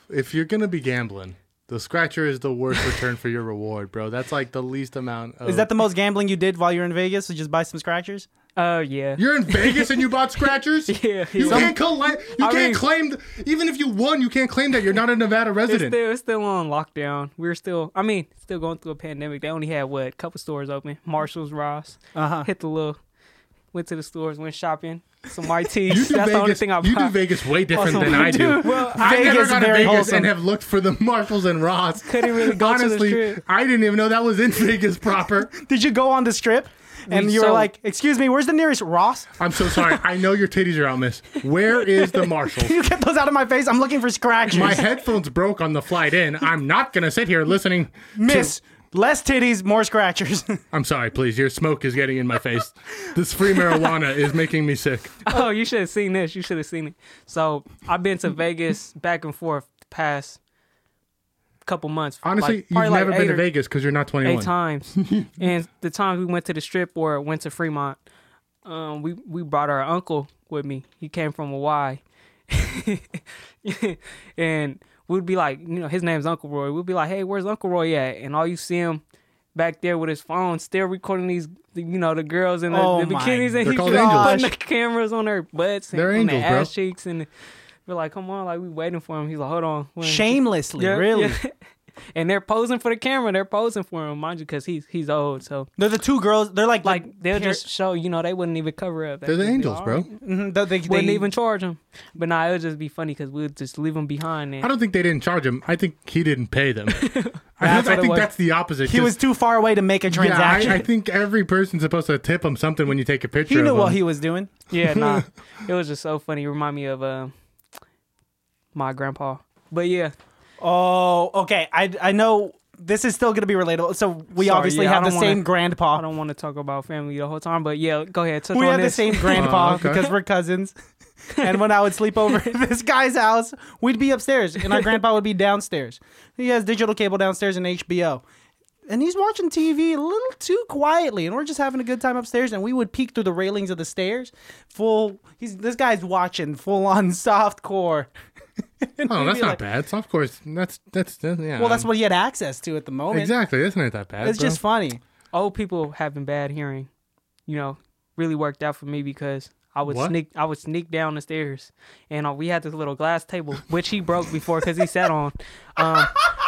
If you're gonna be gambling, the scratcher is the worst return for your reward, bro. That's like the least amount. Of... Is that the most gambling you did while you're in Vegas? So just buy some scratchers? Oh yeah. You're in Vegas and you bought scratchers? Yeah, You yeah. Some- can't claim. You I can't mean- claim. th- Even if you won, you can't claim that you're not a Nevada It's resident. still, it's still on lockdown. We're still, I mean, still going through a pandemic. They only had what, couple stores open. Marshalls, Ross. Uh-huh. Hit the little, went to the stores, went shopping, some white You teas. do That's Vegas, the only thing I bought. you do Vegas way different than I do. Well, I Vegas never is got to very Vegas wholesome. and have looked for the Marshalls and Ross. Couldn't really go to the Honestly, strip. I didn't even know that was in Vegas proper. Did you go on the strip? And We you were sold- like, excuse me, where's the nearest Ross? I'm so sorry. I know your titties are out, miss. Where is the Marshalls? You get those out of my face. I'm looking for scratchers. My headphones broke on the flight in. I'm not gonna sit here listening. Miss, less titties, more scratchers. I'm sorry, please. Your smoke is getting in my face. This free marijuana is making me sick. Oh, you should have seen this. You should have seen it. So I've been to Vegas back and forth the past couple months. Honestly, like, probably you've like never been eight to or- Vegas because you're not 21. Eight times, and the times we went to the strip or went to Fremont, um, we we brought our uncle with me. He came from Hawaii, and we'd be like, you know, his name's Uncle Roy. We'd be like, hey, where's Uncle Roy at? And all you see him back there with his phone, still recording these, you know, the girls in the, Oh the my bikinis, and They're he's called putting angels. the cameras on their butts and They're on angels, their bro. ass cheeks, and we're like, come on, like we waiting for him. He's like, hold on, When- Shamelessly, Yeah, really. yeah. And they're posing for the camera. They're posing for him, mind you, because he's he's old. So They're the two girls. They're like like they'll pair- just show, you know, they wouldn't even cover up. They're the just be angels, like, bro. "Alright." Mhm, they, they, Wouldn't they- even charge him. But nah, it would just be funny because we'll just leave him behind. And I don't think they didn't charge him. I think he didn't pay them. I, That's think, I what it think was. that's the opposite. He was Just- too far away to make a yeah, I, transaction. I think every person's supposed to tip him something when you take a picture. he of knew him. what he was doing. Yeah, nah. it was just so funny. It remind me of uh, my grandpa. But yeah, Oh, okay. I I know this is still gonna be relatable. So we Sorry, obviously yeah, I have the don't wanna- same grandpa. I don't want to talk about family the whole time. But yeah, go ahead. Touch we on have the this. same grandpa Oh, okay. because we're cousins. and when I would sleep over at this guy's house, we'd be upstairs and our grandpa would be downstairs. He has digital cable downstairs and HBO. And he's watching TV a little too quietly, and we're just having a good time upstairs. And we would peek through the railings of the stairs. Full, he's this guy's watching full on soft core. Oh, that's be not like- bad. Soft course. That's that's that- yeah. Well, that's what he had access to at the moment. Um, exactly. That's not that bad. It's bro. just funny. old people having bad hearing, you know, really worked out for me because I would What? sneak I would sneak down the stairs, and uh, we had this little glass table which he broke before because he sat on. Um,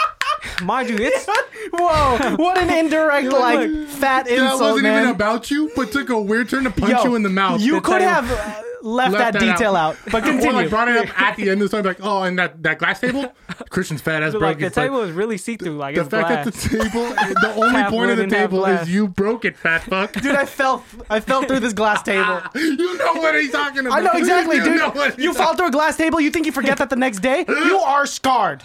mind you, it's Whoa! What an indirect, like, fat that insult, wasn't man. even about you, but took a weird turn to punch you in the mouth. You The could title- have uh, left, Left that, that detail out, out. but continue. Or like brought it up at the end of the time, like, oh, and that, that glass table, Christian's fat ass broke. like the It's like, table is really see through, like the it's fact glass. that the table, the only Half point of wood the and half table glass. is you broke it, fat fuck. Dude, I fell. I fell through this glass table. you know what he's talking about. I know exactly, you dude. Know what he's you fall through a glass table. You think you forget that the next day? You are scarred.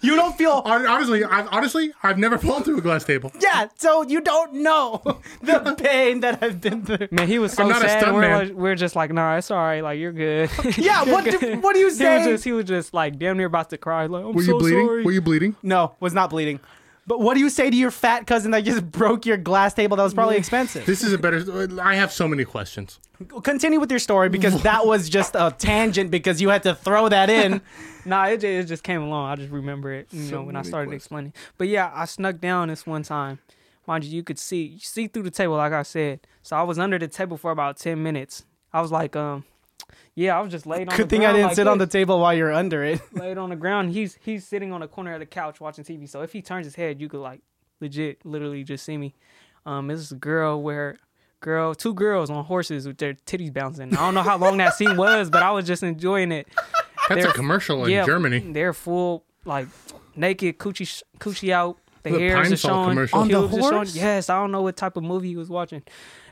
You don't feel. Hon- Honestly, I've, honestly, I've never fallen through a glass table. Yeah, so you don't know the pain that I've been through. Man, he was so not a sad. stunt We're, man. like- we're just like, nah, it's all right. Like you're good. Yeah, what do, what do you he was say? just he was just like damn near about to cry. Like I'm Were so you bleeding? sorry. Were you bleeding? No, was not bleeding. But what do you say to your fat cousin that just broke your glass table that was probably expensive? This is a better. I have so many questions. Continue with your story because that was just a tangent because you had to throw that in. Nah, it just, it just came along. I just remember it, you know, when I started explaining. But yeah, I snuck down this one time. Mind you, you could see you see through the table, like I said. So I was under the table for about ten minutes. I was like, um, yeah, I was just laid on. Good the thing I ground didn't like sit on the this, table while you're under it. laid on the ground. He's he's sitting on the corner of the couch watching TV. So if he turns his head, you could like legit, literally just see me. Um, this is a girl where girl two girls on horses with their titties bouncing. I don't know how long that scene was, but I was just enjoying it That's They're- a commercial in Germany. they're full like naked coochie sh- coochie out. The, The hairs Pine are Sol showing. commercial. On the pubes are showing. horse? Yes, I don't know what type of movie he was watching.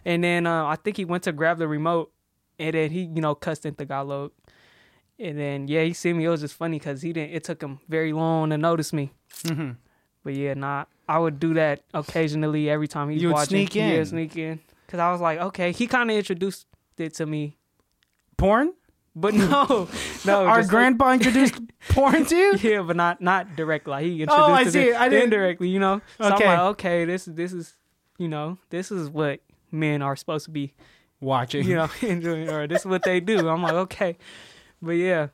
And then uh, I think he went to grab the remote, and then he you know cussed in Tagalog. And then yeah, he seen me. It was just funny because he didn't. It took him very long to notice me. Mm-hmm. But yeah, nah, I would do that occasionally every time he's You would watching. sneak in. Yeah, sneak in. Because I was like, okay, he kind of introduced it to me, Porn? but no, no. Our just like- grandpa introduced porn to you? yeah, but not not directly. Like he introduced Oh, I it see. in- I didn't- indirectly, you know. So Okay. I'm like, okay, this this is you know, this is what men are supposed to be, Watching. you know, enjoying or this is what they do. I'm like, okay. But yeah.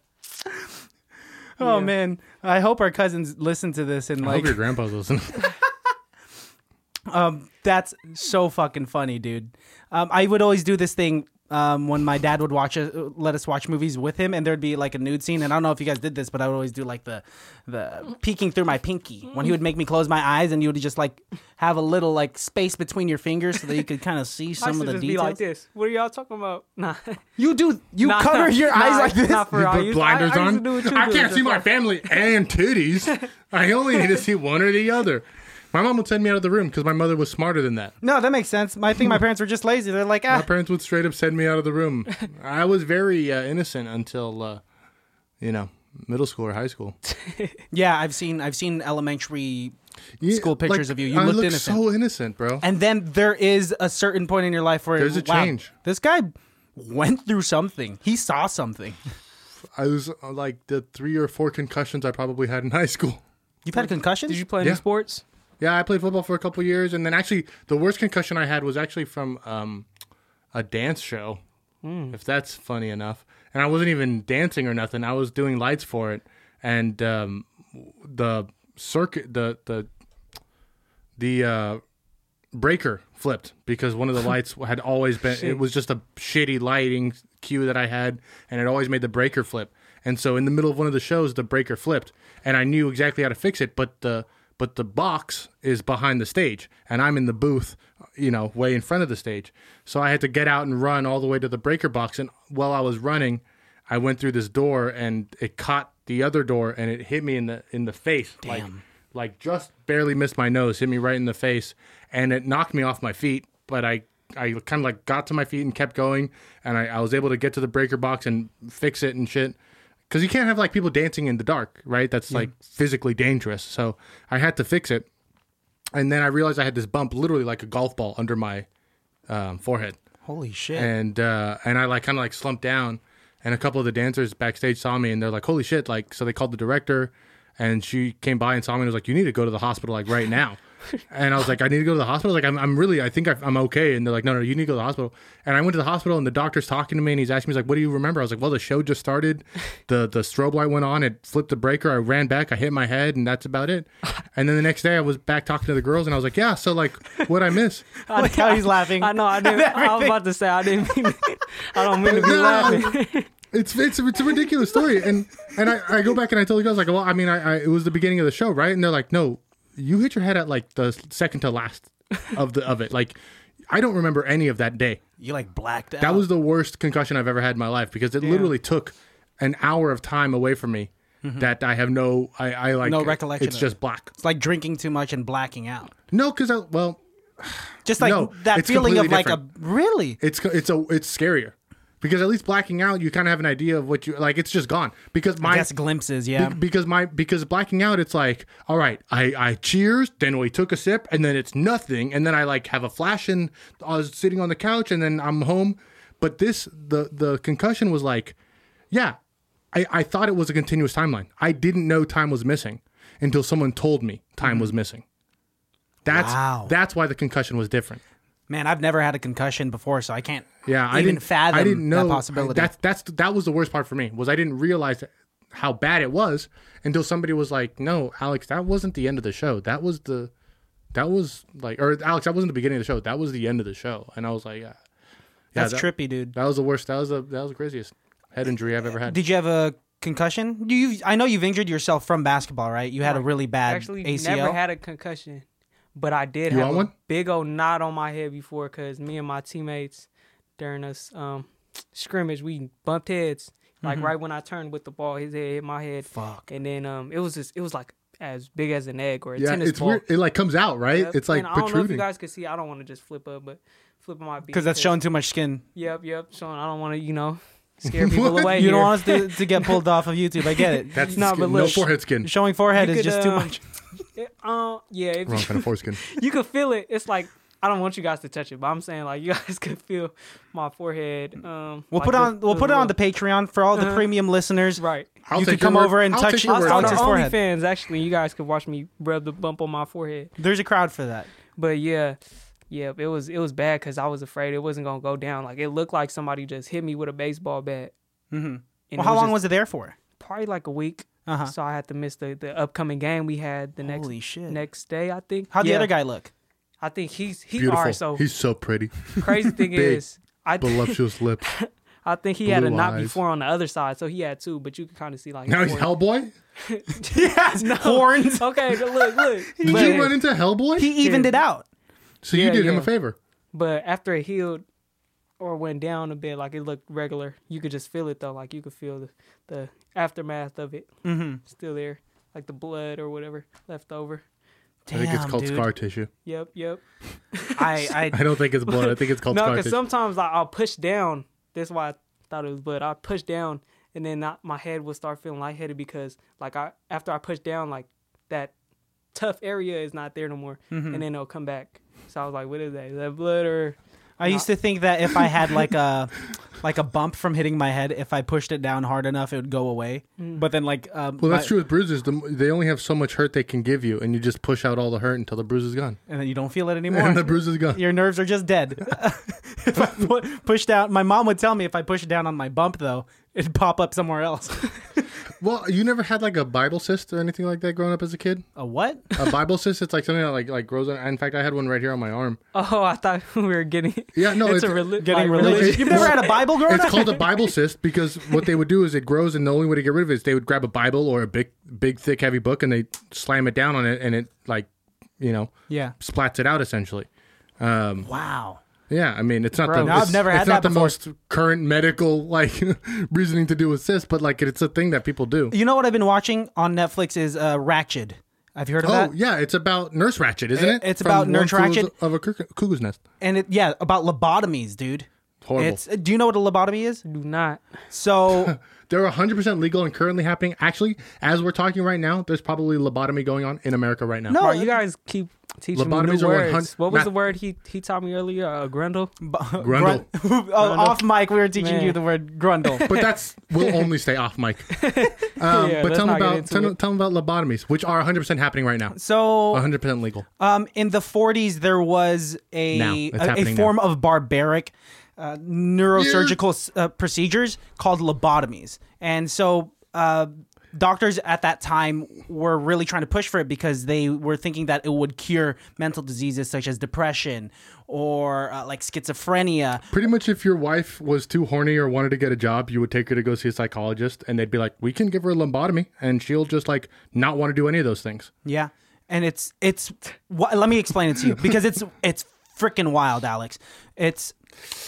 Oh Yeah. man. I hope our cousins listen to this Mm, and I hope like your grandpa's listening. um that's so fucking funny, dude. Um I would always do this thing um, when my dad would watch us, let us watch movies with him, and there'd be like a nude scene, and I don't know if you guys did this, but I would always do like the, the peeking through my pinky when he would make me close my eyes, and you would just like have a little like space between your fingers so that you could kind of see I some used of to the just be like details. this. What are y'all talking about? Nah. you do you Nah, cover nah, your nah, eyes like this? Not You for real. I put used- blinders I, I used to on. do what you I do. can't Just see my like- family and titties. I only need to see one or the other. My mom would send me out of the room because my mother was smarter than that. No, that makes sense. I think my parents were just lazy. They're like, My ah, parents would straight up send me out of the room. I was very uh, innocent until, uh, you know, middle school or high school. yeah. I've seen, I've seen elementary, Yeah, School pictures of you. You I looked look innocent. so innocent, bro. and then there is a certain point in your life where There's a wow, change. This guy went through something. He saw something. I was uh, like the three or four concussions I probably had in high school. You've had concussions. Did you play any Yeah. sports? Yeah, I played football for a couple years, and then actually the worst concussion I had was actually from um, a dance show, if that's funny enough. And I wasn't even dancing or nothing. I was doing lights for it, and um, the circuit, the the the uh, breaker flipped because one of the lights had always been it was just a shitty lighting cue that I had and it always made the breaker flip. And so in the middle of one of the shows the breaker flipped and I knew exactly how to fix it but the but the box is behind the stage and I'm in the booth, you know, way in front of the stage. So I had to get out and run all the way to the breaker box and while I was running I went through this door and it caught the other door and it hit me in the in the face like like just barely missed my nose, hit me right in the face, and it knocked me off my feet. But I, I kind of like got to my feet and kept going, and I, I was able to get to the breaker box and fix it and shit. Because you can't have like people dancing in the dark, right? That's like physically dangerous. So I had to fix it, and then I realized I had this bump, literally like a golf ball under my um, forehead Holy shit. and uh, and I like kind of like slumped down, and a couple of the dancers backstage saw me, and they're like, "Holy shit!" Like, so they called the director, and she came by and saw me, and was like, "You need to go to the hospital like right now." and I was like, "I need to go to the hospital." Like, I'm, I'm really, I think I- I'm okay. And they're like, "No, no, you need to go to the hospital." And I went to the hospital, and the doctor's talking to me, and he's asking me, he's like, "What do you remember?" I was like, "Well, the show just started, the the strobe light went on, it flipped the breaker, I ran back, I hit my head, and that's about it." And then the next day, I was back talking to the girls, and I was like, "Yeah, so like, what I miss?" I like how he's laughing. I know. I didn't. I was about to say I didn't. Mean, I don't mean to be No, laughing. It's it's it's a ridiculous story, and and I, I go back and I tell the guys like, well, I mean, I, I it was the beginning of the show, right? And they're like, no, you hit your head at like the second to last of the of it. Like, I don't remember any of that day. you like blacked out. That was the worst concussion I've ever had in my life because it literally took an hour of time away from me that I have no I I like Mm-hmm. No recollection It's of just it. black. It's like drinking too much and blacking out. No, because I well, Just like No, that it's feeling of completely like a really. it's it's a it's scarier because at least blacking out you kind of have an idea of what you like. It's just gone because my I guess glimpses, yeah. Be- because my because blacking out it's like all right i i cheers then we took a sip and then it's nothing and then i like have a flash and i was sitting on the couch and then i'm home but this the the concussion was like yeah i i thought it was a continuous timeline i didn't know time was missing until someone told me time was missing that's Mm-hmm. Wow. that's why the concussion was different Man, I've never had a concussion before, so I can't yeah, even I didn't fathom I didn't know that possibility. That's that's that was the worst part for me was I didn't realize how bad it was until somebody was like, "No, Alex, that wasn't the end of the show. That was the that was like, or Alex, that wasn't the beginning of the show. That was the end of the show." And I was like, "Yeah, yeah, That's that, trippy, dude. That was the worst. That was the that was the craziest head injury I've ever had. Did you have a concussion? Do you? I know you've injured yourself from basketball, right? You had a really bad Actually, ACL. never had a concussion, but I did You have want a one? big old knot on my head before because me and my teammates during us um, scrimmage we bumped heads. Like right when I turned with the ball, his head hit my head. Mm-hmm. Fuck. And then um, it was just it was like as big as an egg or a yeah, tennis it's ball. weird. It like comes out right. Yep. It's like and I don't know if you protruding. guys could see. I don't want to just flip up, but flip my because that's showing too much skin. Yep, yep, Sean. I don't want to you know scare people What? away. You here. don't want us to, to get pulled off of YouTube. I get it. that's Nah, skin- but no look. forehead skin. Showing forehead You is could, just too uh, much. It- uh, yeah, if Wrong kind of foreskin. you could feel it. It's like I don't want you guys to touch it, but I'm saying like you guys could feel my forehead. Um, We'll like put the- on we'll put it on the little- Patreon for all the premium listeners. right. I'll you can take your come word- over and I'll touch take your I'll word Also, on on touch it. his forehead. OnlyFans, actually, you guys could watch me rub the bump on my forehead. There's a crowd for that. But yeah, yeah, it was it was bad because I was afraid it wasn't gonna go down. Like it looked like somebody just hit me with a baseball bat. Mm-hmm. Well, how long was it there for? Probably like a week. Uh-huh. So I had to miss the, the upcoming game we had the next Holy shit. next day. I think. How'd the Yeah. other guy look? I think he's he. Beautiful. All right. So He's so pretty. crazy thing Big, is, I Voluptuous lips. I think he had a Blue knot eyes. before on the other side, so he had two, but you could kind of see like Now he's four- Hellboy. yes, horns. Okay, but look, look. Did but, you run into Hellboy? He evened Yeah. it out. so you Yeah, did him yeah. a favor. but after it healed or went down a bit, like it looked regular, you could just feel it though. Like you could feel the, the aftermath of it mm-hmm. still there, like the blood or whatever left over. Damn, I think it's called dude. scar tissue. Yep, yep. I, I I don't think it's blood. I think it's called No, scar because tissue. sometimes like, I'll push down. That's why I thought it was blood. I push down, and then I, my head would start feeling lightheaded because, like, I after I push down, like that tough area is not there no more, and then it'll come back. So I was like, "What is that? Is that blood or?" I used to think that if I had like a like a bump from hitting my head, if I pushed it down hard enough, it would go away. But then like um, well, that's my- true with bruises. The, they only have so much hurt they can give you, and you just push out all the hurt until the bruise is gone. and then you don't feel it anymore. And the bruise is gone. Your nerves are just dead. if I pu- pushed out, my mom would tell me if I pushed down on my bump though, it'd pop up somewhere else. Well, you never had like a Bible cyst or anything like that growing up as a kid. A what? A Bible cyst, it's like something that like like grows. On, in fact, I had one right here on my arm. Oh, I thought we were getting. Yeah, no, it's, a it's- reli- Getting like, religious? religious. You've never had a Bible growing It's up? called a Bible cyst because what they would do is it grows, and the only way to get rid of it is they would grab a Bible or a big, big, thick, heavy book, and they slam it down on it, and it like, you know, yeah. splats it out essentially. Wow. Yeah, I mean, it's not Bro, the No, I've it's- never had it's not that the before. most current medical like reasoning to do with cysts, but like it's a thing that people do. You know what I've been watching on Netflix is uh, Ratchet. Have you heard of Oh that? yeah, it's about Nurse Ratchet, isn't It- it? it's about One Nurse Flew Ratchet. of a Cuck- cuckoo's nest. And it, yeah, about lobotomies, dude. Horrible. It's uh, do you know what a lobotomy is? do not. So They're 100% legal and currently happening. Actually, as we're talking right now, there's probably lobotomy going on in America right now. No. Bro, you guys keep teaching me Lobotomies new are words. 100 What was Math- the word he he taught me earlier? Uh, grundle. Grundle. Grun- oh, off mic, we were teaching Man. you the word grundle. But that's we'll only stay off mic. Um, Yeah, but let's tell them not get about into tell, it. tell them about lobotomies, which are 100% happening right now. So 100% legal. Um, in the 40s, there was a Now. It's a, a happening form of barbaric uh, neurosurgical s uh, procedures called lobotomies, and so uh, doctors at that time were really trying to push for it because they were thinking that it would cure mental diseases such as depression or uh, like schizophrenia. Pretty much, if your wife was too horny or wanted to get a job, you would take her to go see a psychologist, and they'd be like, "We can give her a lobotomy, and she'll just like not want to do any of those things." Yeah, and it's it's wh- let me explain it to you because it's it's freaking wild, Alex. It's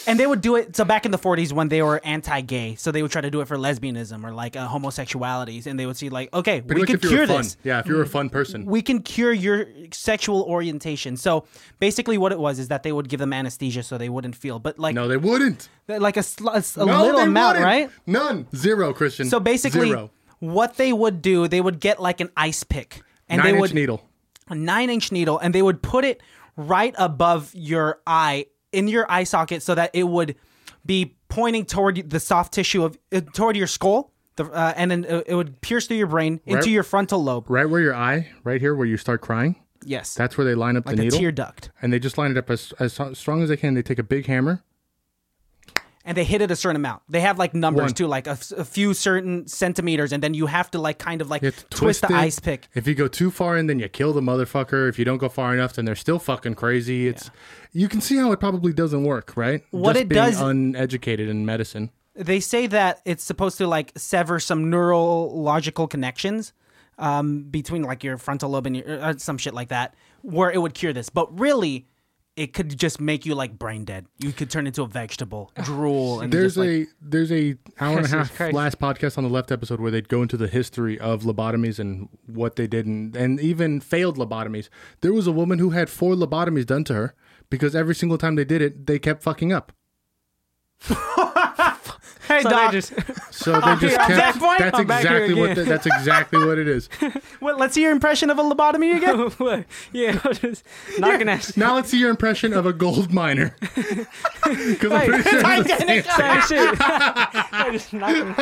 and they would do it. So back in the '40s, when they were anti-gay, so they would try to do it for lesbianism or like uh, homosexuality, and they would see like, okay, Pretty we much could if you were cure fun. this Yeah, if you're a fun person. we can cure your sexual orientation. So basically, what it was is that they would give them anesthesia so they wouldn't feel, but like no, they wouldn't. like a, sl- a s- a No, little they amount, wouldn't. right? None. Zero, Christian. So basically, Zero. what they would do, they would get like an ice pick, and Nine they inch would needle. a nine inch needle and they would put it right above your eye in your eye socket so that it would be pointing toward the soft tissue of uh, toward your skull the, uh, and then uh, it would pierce through your brain into Right. your frontal lobe Right where your eye, right here where you start crying, yes that's where they line up the a needle. tear duct and they just line it up as, as strong as they can. They take a big hammer. and they hit it a certain amount they have like numbers One. too like a, f- a few certain centimeters and then you have to like kind of like You have to twist, the it. ice pick If you go too far in, then you kill the motherfucker. If you don't go far enough, then they're still fucking crazy. It's you can see how it probably doesn't work, right? What Just it being does- uneducated in medicine. they say that it's supposed to like sever some neurological connections um, between like your frontal lobe and your uh, some shit like that, where it would cure this. But really, it could just make you like brain dead. You could turn into a vegetable, drool, and There's just, like, a there's a hour and a Jesus half Christ. last podcast on the left episode where they'd go into the history of lobotomies and what they did and, and even failed lobotomies. There was a woman who had four lobotomies done to her because every single time they did it, they kept fucking up. hey So doc, they just So they just here. I'm kept. back, boy. That's I'm back here exactly what. again. The, that's exactly what it is. what, let's hear your impression of a lobotomy again. what? yeah, I'm just knocking that shit. Now let's see your impression of a gold miner. 'Cause I'm pretty sure It's identical. Same shit. I just knocking-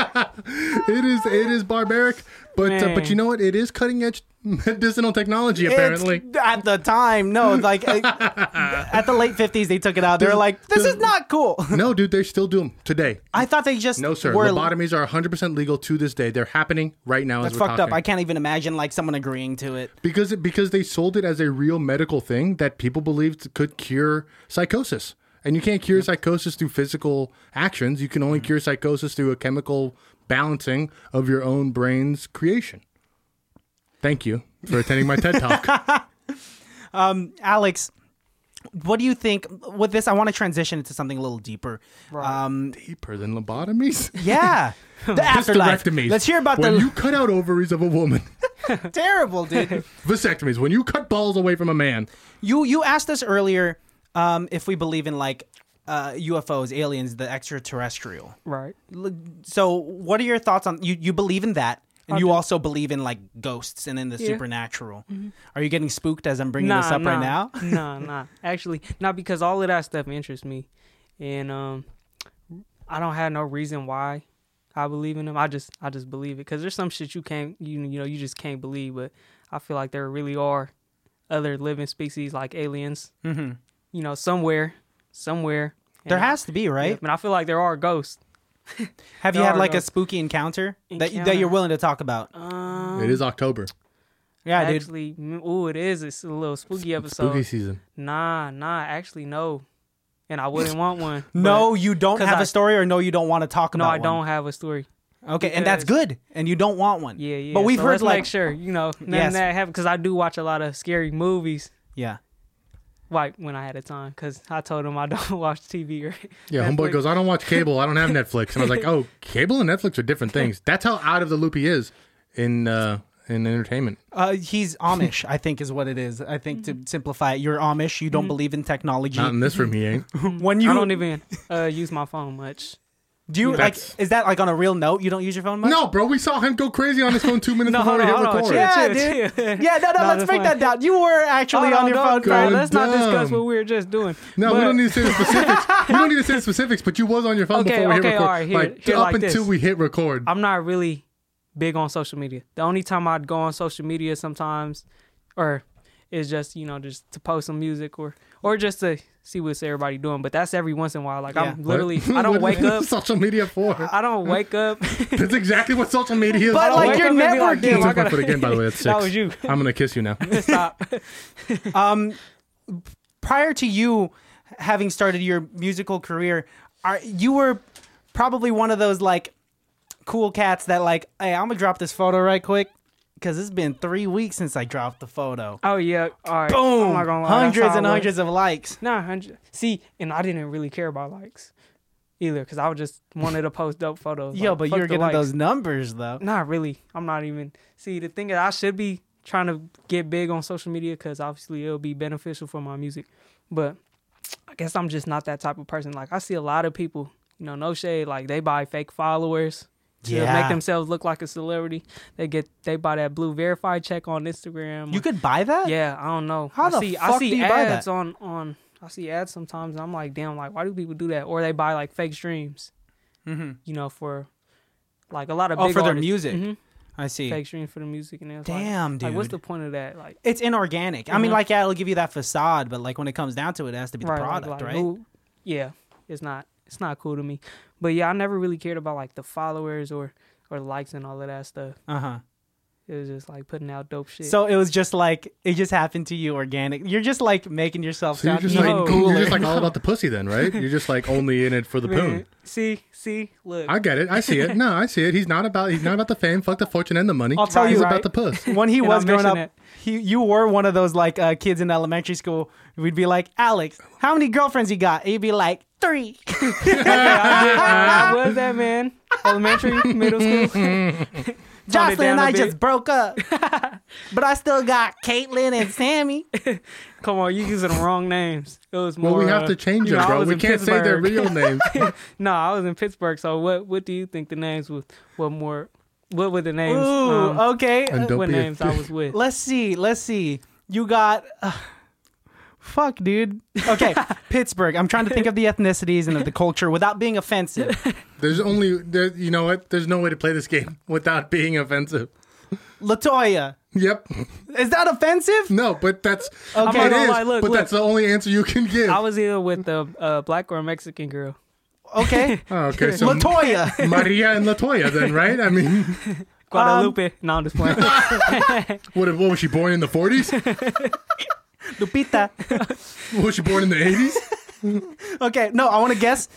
it is it is barbaric, but uh, but Man. you know what? It is cutting edge medicinal technology. It's- Apparently, at the time, no, like uh, at the late fifties, they took it out. They're Does- like, this does- is not cool. no, dude, they still do them today. I thought they just No, sir. were Lobotomies are 100 percent legal to this day. They're happening right now that's as we're fucked up. talking. I can't even imagine like someone agreeing to it. because it, because they sold it as a real medical thing that people believed could cure psychosis. And you can't cure psychosis through physical actions. You can only Mm-hmm. cure psychosis through a chemical balancing of your own brain's creation. Thank you for attending my TED talk. Alex, what do you think with this? I want to transition into something a little deeper. Um, Deeper than lobotomies. yeah, the afterlife. Hysterectomies. Let's hear about when the you cut out ovaries of a woman. terrible, dude. Vasectomies. When you cut balls away from a man. you you asked us earlier um, if we believe in like uh, UFOs, aliens, the extraterrestrial. right. L- So, what are your thoughts on you? You believe in that, and you also believe in like ghosts and in the supernatural. Are you getting spooked as I'm bringing this up right now? Mm-hmm. nah, nah. Actually, not because all of that stuff interests me, and um, I don't have no reason why I believe in them. I just, I just believe it because there's some shit you can't, you you know, you just can't believe. But I feel like there really are other living species like aliens. Mm-hmm. You know, somewhere, somewhere. There And I- has to be, right? I mean, I feel like there are ghosts. Have you There had are like a those. spooky encounter, that you, that Encounter. you're willing to talk about? Mm. it is October, yeah, dude. actually, mm, ooh, it is. It's a little spooky episode. spooky season. Nah, nah. Actually, no. And I wouldn't want one. No, you don't 'cause have a I- story, or no, you don't want to talk but- no, about. I one. don't have a story. Okay, and that's good, and you don't want one. Yeah, yeah. But we've So heard let's like, make sure you know none Yes. of that happened because I do watch a lot of scary movies. yeah, Like when I had a time, because I told him I don't watch TV. Or Yeah, homeboy Netflix. goes, I don't watch cable. I don't have Netflix. And I was like, oh, cable and Netflix are different things. That's how out of the loop he is in uh, in entertainment. uh, he's Amish. I think is what it is. I think Mm-hmm. to simplify it, you're Amish. You don't believe in technology. Not in this room, he ain't. when you Mm-hmm. I don't even uh, use my phone much. do, you like That's- is that like on a real note? You don't use your phone much. No, bro, we saw him go crazy on his phone two minutes No, before hold we on, hit hold on, record. chill. Yeah, dude. Yeah, no, no. No, let's that's break fine. Oh, that down. You were actually Hold on, your phone. don't- Carl. Going Let's not discuss dumb. what we were just doing. No, we But- don't need to say the specifics. we don't need to say the specifics, but you was on your phone Okay, before we okay, hit record. all right, here- like here up like until this. we hit record. I'm not really big on social media. The only time I'd go on social media sometimes, or is just you know just to post some music or or just to see what's everybody doing. But that's every once in a while. Like I'm Yeah. literally, What- I don't what wake is up. Social media for. I don't wake up. That's exactly what social media is. But, for. like, wake you're up and be networking. "Damn, Can't I touch my gotta- foot again. By the way, that's six. that was you. I'm gonna kiss you now. Stop. um, prior to you having started your musical career, are you were probably one of those like cool cats that like, hey, I'm gonna drop this photo right quick because it's been three weeks since I dropped the photo. Oh yeah. All right. Boom! Oh, my God, hundreds and hundreds of likes. Nah, hundred. See, and I didn't really care about likes either, because I was just wanted to post dope photos. Yo, Like, but fuck you're the getting likes. those numbers though. Not really. I'm not even. See, the thing is, I should be trying to get big on social media because obviously it'll be beneficial for my music. But I guess I'm just not that type of person. Like I see a lot of people, you know, no shade. Like they buy fake followers to Yeah. make themselves look like a celebrity. They get they buy that blue verified check on Instagram. You could buy that? yeah, I don't know. How I the see, fuck I see do you buy that? ads on on. I see ads sometimes, and I'm like, damn, like why do people do that? Or they buy like fake streams, mm-hmm. you know, for like a lot of Oh, big for their artists. music. Mhm I see. fake stream for the music and it's Damn, like, like, what's dude. the point of that? Like, It's inorganic. I mean, like, yeah, it'll give you that facade, but like when it comes down to it, it has to be the right, like- product, like, right? who- yeah, it's not it's not cool to me. But yeah, I never really cared about like the followers or or likes and all of that stuff. Uh huh. It was just like putting out dope shit. So it was just like it just happened to you organic. You're just like making yourself So you're sound just even like cooler. you're just like all about the pussy then, right? You're just like only in it for the Man, poon. see, see, look. I get it. I see it. No, I see it. He's not about he's not about the fame. Fuck the fortune and the money. I'll tell he's you- about the puss. when he And was I'll growing up, mention it. he you were one of those like uh, kids in elementary school. We'd be like, Alex, how many girlfriends you got? And you'd be like, three. I was that man. Elementary, middle school. Jocelyn down and a I bit. just broke up, but I still got Caitlin and Sammy. Come on, you using the wrong names. It was more. Well, we have uh, to change you know, them, I bro. was We in can't say their Pittsburgh. real names. no, I was in Pittsburgh. So what? What do you think the names was? What more? What were the names? Ooh, oh. um, okay. Uh, And don't what be a- names I was with? Let's see. Let's see. You got. Uh, fuck, dude. Okay, Pittsburgh. I'm trying to think of the ethnicities and of the culture without being offensive. There's only there, you know what? There's no way to play this game without being offensive. Latoya. Yep. Is that offensive? No, but that's I'm okay. not It gonna is, lie, look, but look. that's the only answer you can give. I was either with a, a black or a Mexican girl. Okay. oh, okay, so Latoya. Maria and Latoya, then right? I mean, Guadalupe. Um, no, I'm just playing. what? What was she born in the 40s? Lupita. Was she born in the 80s? Okay, no, I want to guess.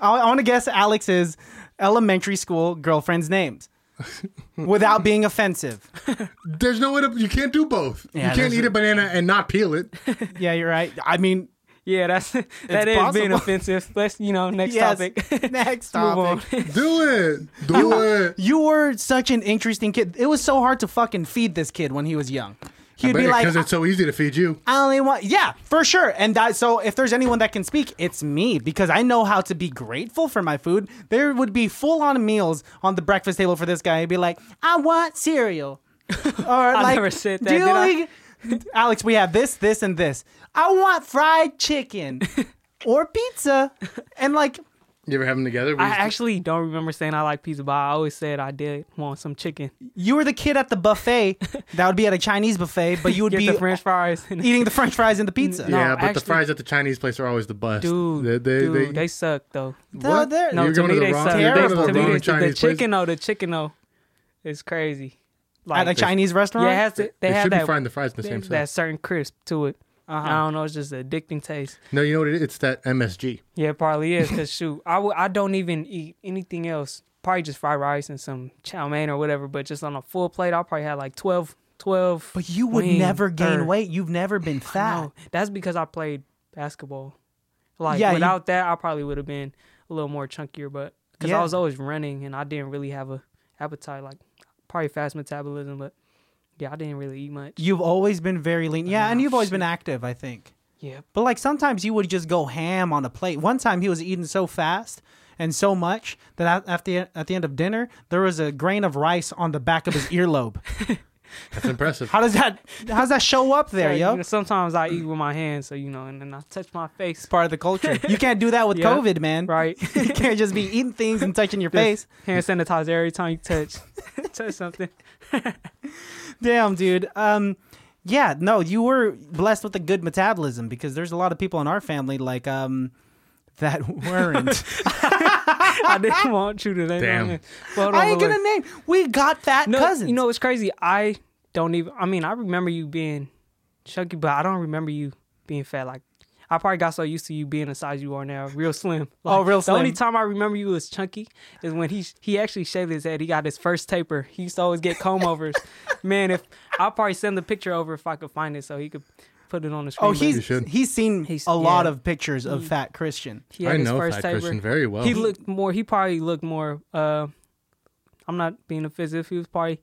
I, I want to guess Alex's elementary school girlfriend's names without being offensive. There's no way to. You can't do both. Yeah, you can't there's eat a- a banana and not peel it. Yeah, you're right. I mean, yeah, that's that is being possible. offensive. Let's you know next yes. topic. Next Move topic. on. Do it. Do it. You were such an interesting kid. It was so hard to fucking feed this kid when he was young. He'd be like, because it's so easy to feed you. I only want, yeah, for sure. And that, so if there's anyone that can speak, it's me because I know how to be grateful for my food. There would be full on meals on the breakfast table for this guy. He'd be like, I want cereal. Or I like, never said that, "Do you did I?" like- Alex, we have this, this, and this. I want fried chicken or pizza. And like, You ever have them together? We I used to- actually don't remember saying I like pizza, but I always said I did want some chicken. You were the kid at the buffet. that would be at a Chinese buffet, but you would Get be e- the French fries. And eating the French fries and the pizza. No, yeah, but actually- the fries at the Chinese place are always the best. dude, they, they, dude, they- they, suck though. No, what? they're- No, You're to going me to they the wrong, suck. you're going They, to terrible. the to me, wrong they, the Chinese place. chicken though, the chicken though, is crazy. at a Chinese restaurant. yeah, it has to, they, they have should that be frying the fries in the same that size. certain crisp to it. Uh-huh. I don't know. It's just addicting taste. No, you know what it is? It's that MSG. Yeah, it probably is. Cause shoot, I w- I don't even eat anything else. Probably just fried rice and some chow mein or whatever. But just on a full plate, I probably had like 12, 12. but you would wings never gain or- weight. You've never been fat. No, that's because I played basketball. Like Yeah, you- without that, I probably would have been a little more chunkier. But because Yeah. I was always running and I didn't really have a appetite. Like probably fast metabolism, but yeah, I didn't really eat much. You've always been very lean. Yeah, and Oh, you've always been shit. active, I think. Yeah, But like sometimes you would just go ham on a plate. One time he was eating so fast and so much that at the at the end of dinner there was a grain of rice on the back of his earlobe. That's impressive. How does that how's that show up there, Yeah, you yo? know, sometimes I eat with my hands, so you know, and then I touch my face. Part of the culture. You can't do that with Yeah, COVID, man. Right. you can't just be eating things and touching your face. Just hand sanitizer every time you touch touch something. Damn, dude. Um, yeah, no, you were blessed with a good metabolism because there's a lot of people in our family like um that weren't. I didn't want you to name. Damn. my name. But hold on, I ain't wait, wait. gonna name. We got fat no, cousins. You know it's crazy. I don't even. I mean, I remember you being chunky, but I don't remember you being fat. Like I probably got so used to you being the size you are now, real slim. Like, Oh, real The only slim. time I remember you was chunky is when he he actually shaved his head. He got his first taper. He used to always get comb overs. Man, if I'll probably send the picture over if I could find it, so he could put it on the screen. Oh, but he's should. he's seen He's- a lot yeah. Mm. of pictures of fat Christian. he had I his know first Fat taper. Christian very well. He looked more. He probably looked more. Uh, I'm not being offensive. He was probably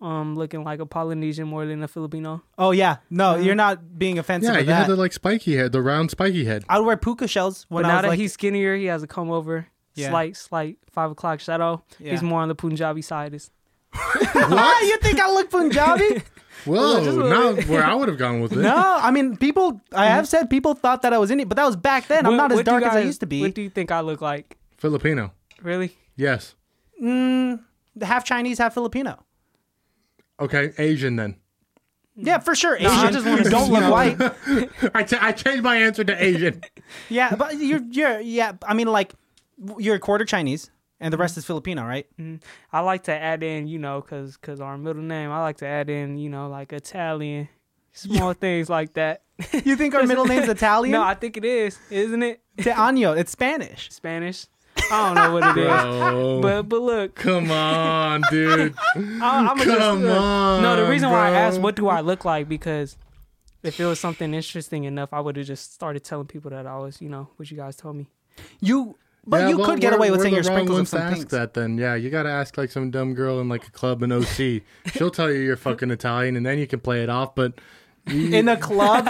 um looking like a Polynesian more than a Filipino. Oh yeah, no, Uh-huh. you're not being offensive. yeah, with you had that. the like spiky head, the round spiky head. I'd wear puka shells when I But now was that like, he's skinnier, he has a comb over. Yeah. Slight, slight five o'clock shadow. Yeah. He's more on the Punjabi side. It's, "Ah, you think I look Punjabi? Whoa, Oh, just a little not where I would have gone with it. no, I mean people. I have said people thought that I was Indian, but that was back then. I'm Mm-hmm. What- not as what do you dark as I guys- used to be. What do you think I look like? Filipino. Really? Yes. half Chinese, half Filipino. Okay, Asian then. Mm. Yeah, for sure. Asian. I just wanna you don't see look how- white. I, cha- I changed my answer to Asian. Yeah, but you're you're yeah. I mean, like you're a quarter Chinese, and the rest is Filipino, right? Mm. I like to add in, you know, cause cause our middle name. I like to add in, you know, like Italian, small things like that. You think our middle name's Italian? no, I think it is, isn't it? Te Año, It's Spanish. Spanish. I don't know what it is. Bro. But but look, Oh, Come on, dude. I, I'm just, Come on, no. The reason why I asked bro. what do I look like because if it was something interesting enough, I would have just started telling people that I was, you know, what you guys told me. You, but Yeah, you well, could get we're- away with we're saying the your wrong sprinkles of ones to some ask pinks. that then. Yeah, you got to ask like some dumb girl in like a club in OC. She'll tell you you're fucking Italian and then you can play it off, but In a club,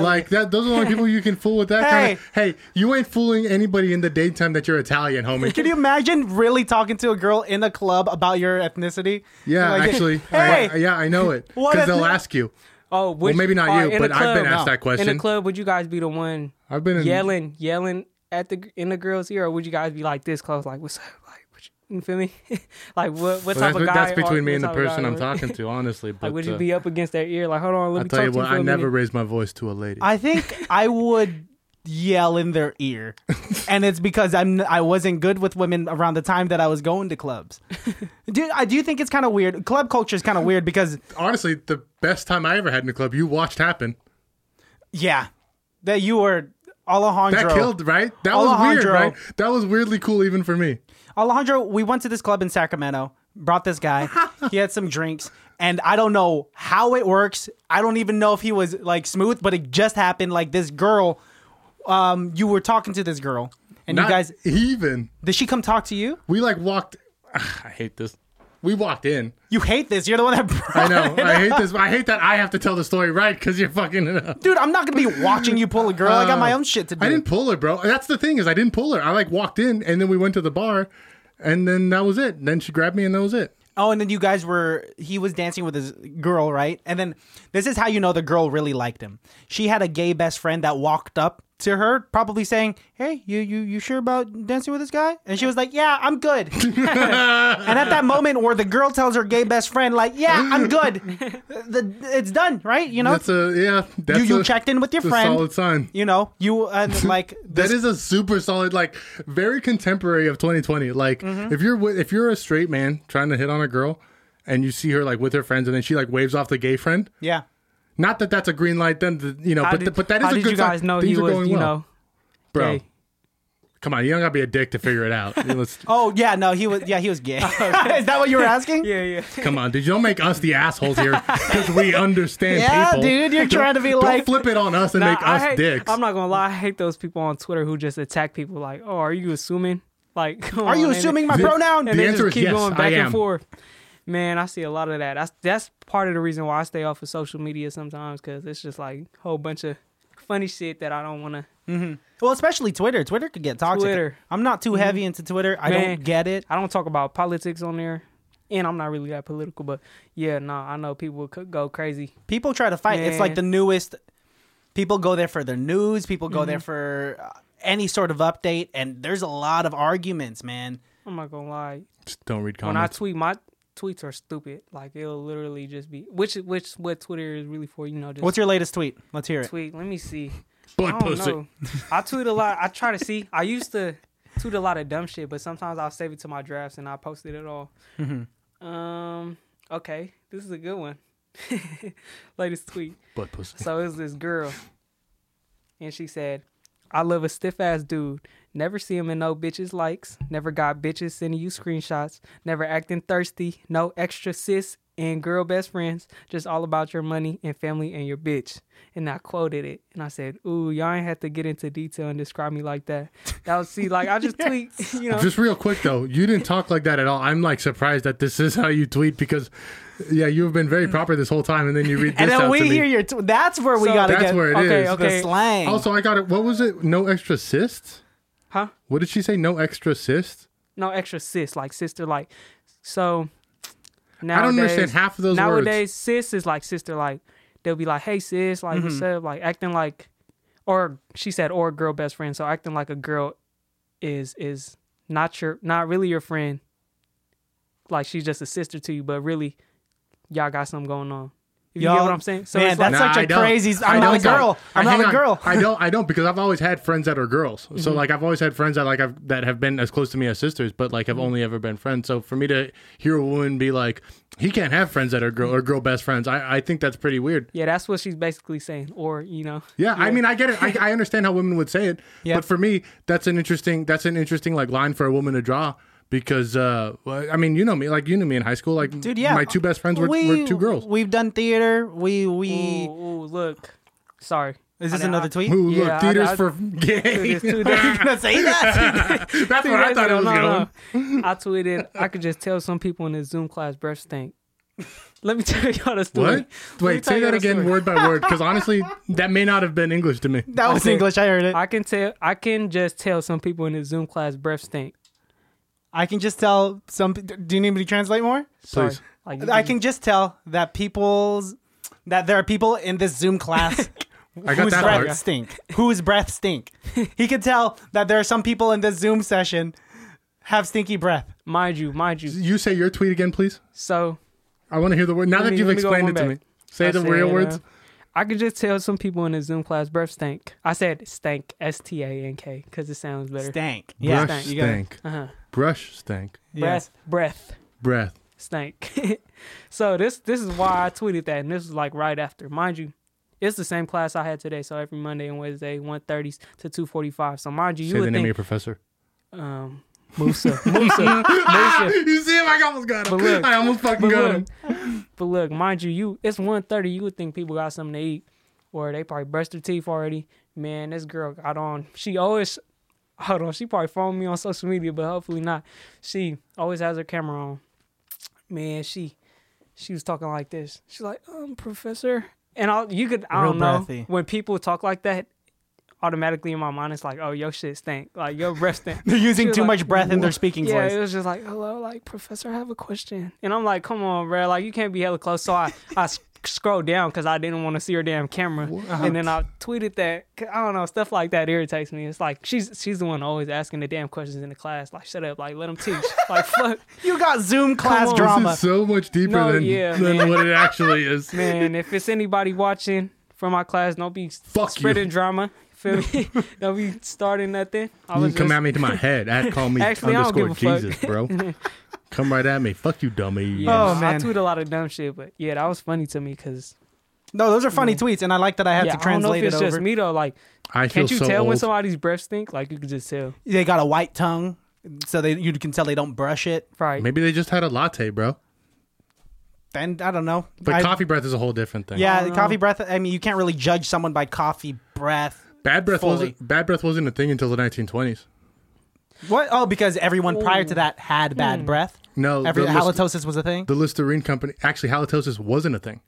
like that those are the only people you can fool with that kind of Hey, you ain't fooling anybody in the daytime that you're Italian, homie. can you imagine really talking to a girl in a club about your ethnicity? Yeah, Like, actually. hey, I, yeah, I know it. What Cuz if- they'll ask you. Oh, which, maybe not all right, you, in a but I've been asked that In question. the club, would you guys be the one I've been in yelling, yelling at the in the girls' ear, or would you guys be like this close, like what's up, like what you, you feel me, like what what Well, type that's, of guy? that's are- between me what and the type of guy person I'm are- talking to, honestly. But Like, would you uh, be up against their ear, like hold on, let I'll me tell you talk to you what, for I a never minute. raised my voice to a lady. I think I would yell in their ear, and it's because I'm I wasn't good with women around the time that I was going to clubs. Dude, I do think it's kind of weird. Club culture is kind of weird because honestly, the best time I ever had in the club, you watched happen. yeah, that you were Alejandro. That killed, right? That was weird, Alejandro. right? That was weirdly cool even for me. Alejandro, we went to this club in Sacramento, brought this guy. he had some drinks, and I don't know how it works. I don't even know if he was like smooth, but it just happened. Like this girl, um, you were talking to this girl, and Not you guys, even. did she come talk to you? We like walked I hate this. We walked in. You hate this. You're the one that. Brought I know. I hate this. I hate that I have to tell the story right because you're fucking it up. Dude, I'm not gonna be watching you pull a girl. I got my Uh, own shit to do. I didn't pull her, bro. That's the thing is I didn't pull her. I like walked in and then we went to the bar and then that was it. Then she grabbed me and that was it. Oh, and then you guys were he was dancing with his girl, right? And then this is how you know the girl really liked him. She had a gay best friend that walked up to her, probably saying, "Hey, you you you sure about dancing with this guy?" And she was like, "Yeah, I'm good." and at that moment, where the girl tells her gay best friend, like, "Yeah, I'm good," the, it's done, right? You know, That's a yeah. That's you you a, checked in with your that's a friend. solid sign. You know, you and like That is a super solid, like very contemporary of 2020. Like Mm-hmm. if you're with, if you're a straight man trying to hit on a girl, and you see her like with her friends, and then she like waves off the gay friend. yeah. Not that that's a green light, then to, you know, How but did, th- but that how is a did good you guys sign. know Things he are was, going you well. know, bro. gay? Come on, you don't gotta be a dick to figure it out. Let's- Oh yeah, no, he was yeah he was gay. Oh, is that what you were asking? Yeah, yeah. come on, dude. You don't make us the assholes here because we understand Yeah, people. dude, you're Don't- trying to be don't like- flip it on us and Nah, make I us hate, dicks. I'm not gonna lie, I hate those people on Twitter who just attack people like, "Oh, are you assuming?" Like, come Are you on, and- assuming my The- pronoun? And the they answer just is keep yes, going I back am. and forth. Man, I see a lot of that. That's that's part of the reason why I stay off of social media sometimes because it's just like a whole bunch of funny shit that I don't want to. Well, especially Twitter. Twitter Mm-hmm. could get toxic. Twitter. I'm not too heavy into Twitter. I Man. don't get it. I don't talk about politics on there, and I'm not really that political. But yeah, no, I know people could go crazy. People try to fight. It's like Man. the newest. People go there for their news. People go there for uh, any sort of update, and there's a lot of arguments, man. I'm not gonna lie. Just don't read When I comments. tweet, my tweets are stupid. Like it'll literally just be which which what Twitter is really for. You know, just What's your latest tweet? Let's hear it. tweet. Let me see. Butt I don't pussy. know. I tweet a lot. I try to see. I used to tweet a lot of dumb shit, but sometimes I'll save it to my drafts and I post it at all. Um. Okay, this is a good one. Latest tweet. Butt pussy. So it was this girl, and she said, "I love a stiff ass dude. Never see him in no bitches likes. Never got bitches sending you screenshots. Never acting thirsty. No extra sis and girl best friends. Just all about your money and family and your bitch." And I quoted it, and I said, "Ooh, y'all ain't have to get into detail and describe me like that. That was see, like I just tweet, you know." Just real quick though, you didn't talk like that at all. I'm like surprised that this is how you tweet because, yeah, you've been very proper this whole time, and then you read this And out then we to me. hear your. Tw- that's where we So- gotta That's get where it is. okay, the okay. slang. Also, I got it. What was it? No extra cysts. Huh? What did she say? No extra cysts. no extra sis, like sister, like so. Nowadays, I don't understand half of those words. Nowadays, sis is like sister, like they'll be like, "Hey sis, like what's Mm-hmm. up?" Like acting like, or she said, or girl best friend. So acting like a girl is is not your, not really your friend. Like she's just a sister to you, but really, y'all got something going on. If you get Y'all- what I'm saying? So man, it's like, that's such a a crazy- I'm not a girl. I'm not a girl. Mm-hmm. I don't. I don't because I've always had friends that are girls. So like I've always had friends that like I've, that have been as close to me as sisters, but like Mm-hmm. have only ever been friends. So for me to hear a woman be like, he can't have friends that are girl or girl best friends. I, I think that's pretty weird. yeah, that's what she's basically saying. Or you know, Yeah, I mean, I get it. I, I understand how women would say it, Yeah. but for me, that's an interesting that's an interesting like line for a woman to draw because uh, well, I mean, you know me, like you knew me in high school, like dude, yeah. my two best friends were, We- were two girls. We've done theater. We we. ooh, ooh, look, sorry. Is I this didn't- another I- tweet? Ooh, Yeah, look, I- theaters I- for gay. It's two days. gonna say that? that's where I thought it was going. no. I tweeted, I could just tell some people in this Zoom class breath stink. Let me tell y'all the story. What? Let me Wait, tell say y'all that the again story. word by word, because honestly, that may not have been English to me. that was Okay. English. I heard it. I can tell. I can just tell some people in this Zoom class breath stink. I can just tell some. Do you need me to translate more? Sorry. Please. Like, I Mm-hmm. can just tell that people's that there are people in this Zoom class I got whose that breath part. stink, whose breath stink. He could tell that there are some people in this Zoom session have stinky breath. mind you, mind you. You say your tweet again, please. So I want to hear the word. Now Let that me- you've let me go explained one it to back. me, say I the said, real words. uh, I could just tell some people in this Zoom class breath stink. I said stank, S T A N K, because it sounds better. Stank. Yeah. Brush You gotta- stank. Uh-huh. Brush stank. Yes. Breath, breath. Breath. stank. so this this is why I tweeted that, and this is like right after, mind you. It's the same class I had today, so every Monday and Wednesday, 1.30 to two forty five. So mind you, you say the would name of your think professor. um, Musa, Musa, Musa. you see him? I almost got him. But look, I almost fucking But got look, him. but look, mind you, you it's 1.30, You would think people got something to eat, or they probably brushed their teeth already. Man, this girl got on. She always hold on. She probably phoned me on social media, but hopefully not. She always has her camera on. Man, she she was talking like this. She's like, um, professor, and I you could I Real don't know breathy. when people talk like that. Automatically in my mind, it's like, oh, your shit stink. Like your breath stink. They're using She was too like, much breath in their speaking yeah, it voice. was just like, hello, like, professor, I have a question. And I'm like, come on, bro. Like, you can't be hella close. So I, I s- scroll down because I didn't want to see her damn camera. And then I tweeted that. 'Cause I don't know. Stuff like that irritates me. It's like she's she's the one always asking the damn questions in the class. Like shut up. Like let them teach. like fuck. You got Zoom class on. drama. This is so much deeper No, than, yeah, than man. what it actually is. Man, if it's anybody watching from my class, don't be Fuck spreading you. drama. Feel me? don't be starting nothing. I You was can come just- at me to my head. At call me Actually, I don't underscore give a fuck. Jesus, bro. come right at me. Fuck you, dummy. Yeah, Oh, I man. tweet a lot of dumb shit, but yeah, that was funny to me because No, those are funny tweets, and I like that I had yeah, to I don't know if translate it's it just over. me though. Like, I feel can't you so tell old. when somebody's breath stink? Like, you can just tell. They got a white tongue, so they you can tell they don't brush it. Right. Maybe they just had a latte, bro. Then I don't know. But I- coffee breath is a whole different thing. yeah, coffee breath. I mean, you can't really judge someone by coffee breath. Bad breath Fully. wasn't bad breath wasn't a thing until the 1920s. What? Oh, because everyone prior to that had bad breath. No, Every the, List- halitosis was a thing. the Listerine company actually halitosis wasn't a thing.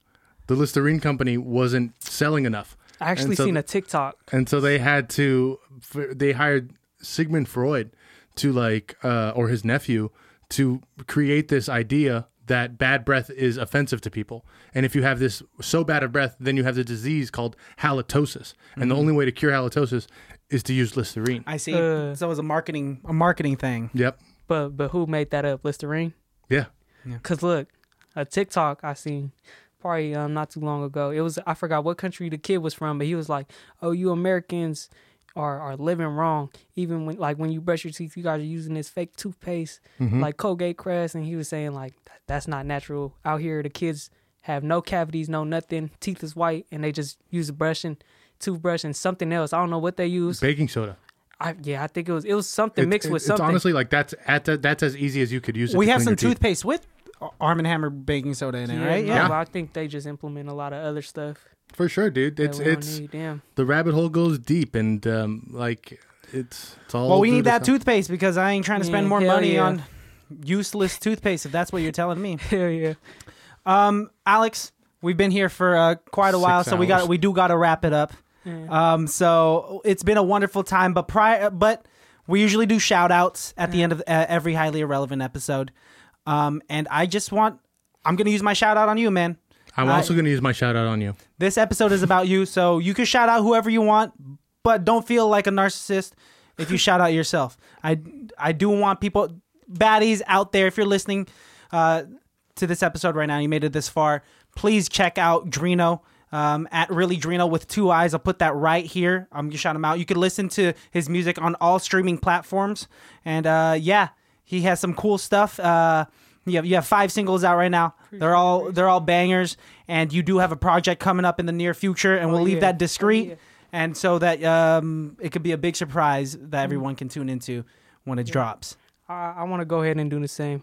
The Listerine company wasn't selling enough. I actually And so- seen a TikTok. and so they had to f- they hired sigmund freud to like uh, or his nephew to create this idea that bad breath is offensive to people and if you have this so bad of breath then you have the disease called halitosis and the only way to cure halitosis is to use listerine Mm-hmm. I see. Uh, so it was a marketing a marketing thing. yep But but who made that up? Listerine? yeah Cause look, a TikTok I seen probably um, not too long ago. It was I forgot what country the kid was from, but he was like, "Oh, you Americans are are living wrong. Even when like when you brush your teeth, you guys are using this fake toothpaste Mm-hmm. like Colgate Crest." And he was saying like, "That- "That's not natural out here. The kids have no cavities, no nothing. Teeth is white, and they just use a brush and toothbrush and something else. I don't know what they use. baking soda I, yeah, I think it was it was something It's- mixed with it's something. honestly like that's at the, that's as easy as you could use it We to have clean some your teeth. toothpaste with Arm and Hammer baking soda in it, yeah, right? no, Yeah. but I think they just implement a lot of other stuff. for sure dude that it's we don't it's need. Damn. the rabbit hole goes deep and um like it's it's all Well, we due to need that some- toothpaste because I ain't trying to spend Yeah, more hell money yeah. on useless toothpaste. If that's what you're telling me, Hell yeah. um, Alex, we've been here for uh, quite a Six while, so we got hours. we do got to wrap it up. Uh, Um, so it's been a wonderful time, but prior, but we usually do shout outs at the end of uh, every highly irrelevant episode. Um, and I just want, I'm gonna use my shout out on you, man. I'm I- also going to use my shout out on you. This episode is about you, so you can shout out whoever you want, but don't feel like a narcissist if you shout out yourself. I I do want people baddies out there if you're listening uh, to this episode right now, you made it this far. Please check out Drino. Um, at really Drino with two eyes, I'll put that right here. I'm gonna shout him out. You can listen to his music on all streaming platforms, and uh, yeah, he has some cool stuff. Uh, you have you have five singles out right now. They're all they're all bangers, and you do have a project coming up in the near future, and we'll leave Oh, yeah. that discreet, and so that um, it could be a big surprise that everyone can tune into when it drops. I, I want to go ahead and do the same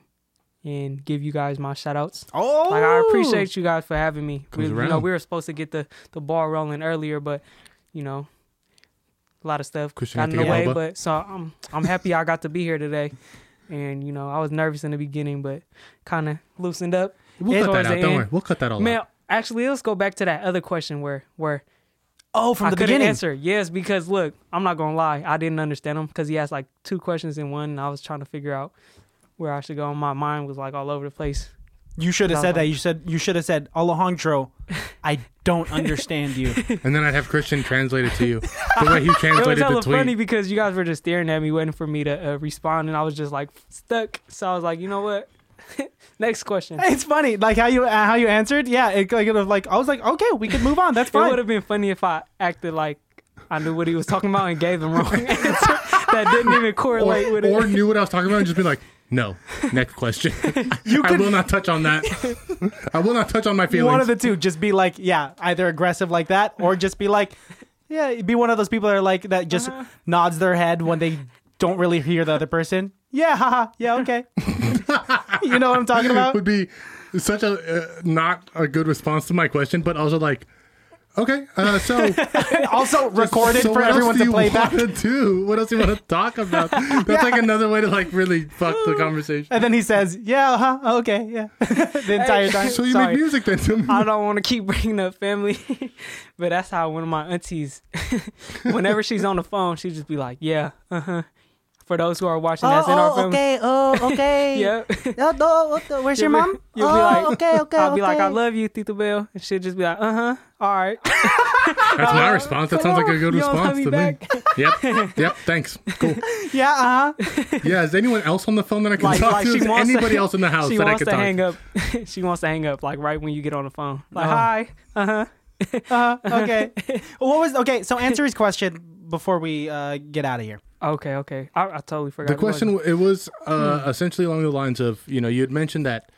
and give you guys my shout outs. Oh, Like, I appreciate you guys for having me. We, Comes you know, around. we were supposed to get the, the ball rolling earlier, but, you know, a lot of stuff Christian got in the Antigua way. Elba. But so I'm, I'm happy I got to be here today. And, you know, I was nervous in the beginning, but kind of loosened up. We'll cut towards that out. the Don't end. worry. We'll cut that all Man, out. actually, let's go back to that other question where, where Oh, from I the couldn't beginning. answer. Yes, because look, I'm not gonna lie, I didn't understand him because he asked like two questions in one, and I was trying to figure out where I should go. And my mind was like all over the place. You should have No. said that. You said you should have said Alejandro. I don't understand you. And then I'd have Christian translate it to you. The way he It was translated the hella tweet. funny because you guys were just staring at me, waiting for me to uh, respond, and I was just like stuck. So I was like, you know what? Next question. It's funny, like how you uh, how you answered. Yeah, it could have like I was like, okay, we could move on. That's It would fine. have been funny if I acted like I knew what he was talking about and gave the wrong answer that didn't even Or, correlate with or it. knew what I was talking about and just be like, no. Next question. I will not touch on that. I will not touch on my feelings. One of the two, just be like, yeah, either aggressive like that, or just be like, yeah, be one of those people that are like that just Uh-huh. nods their head when they don't really hear the other person. Yeah, haha, yeah, okay. you know what I'm talking about? would be such a uh, not a good response to my question, but also like, okay, uh, so Also recorded so for what else everyone do to you play back. wanna do? What else do you want to talk about? That's like another way to like really fuck the conversation. And then he says, yeah, huh, okay, yeah. the entire time. So you Sorry. make music then? too. I don't want to keep bringing up family, but that's how one of my aunties, whenever she's on the phone, she just be like, "Yeah, uh huh, for those who are watching that's in our family. oh, okay. Yeah. No, no, what the- where's Oh, You'll be- you'll be like- I'll be like, I okay. love you, Tita Bell. And she'll just be like, uh huh. All right. That's Uh, my response. That sounds like a good You don't love response me to me. back. Yep. Yep. Thanks. Cool. Yeah, uh-huh. Yeah. Is anyone else on the phone that I can Like- talk like to? she Is wants to- anybody else in the house she that I wants could to talk hang to? up. she wants to hang up like right when you get on the phone. Like, hi. Uh huh. Oh. uh-huh. Okay. what was okay? So answer his question before we uh, get out of here. Okay, okay. I, I totally forgot. The it wasn't. question w- it was uh, Hmm. essentially along the lines of you know you had mentioned that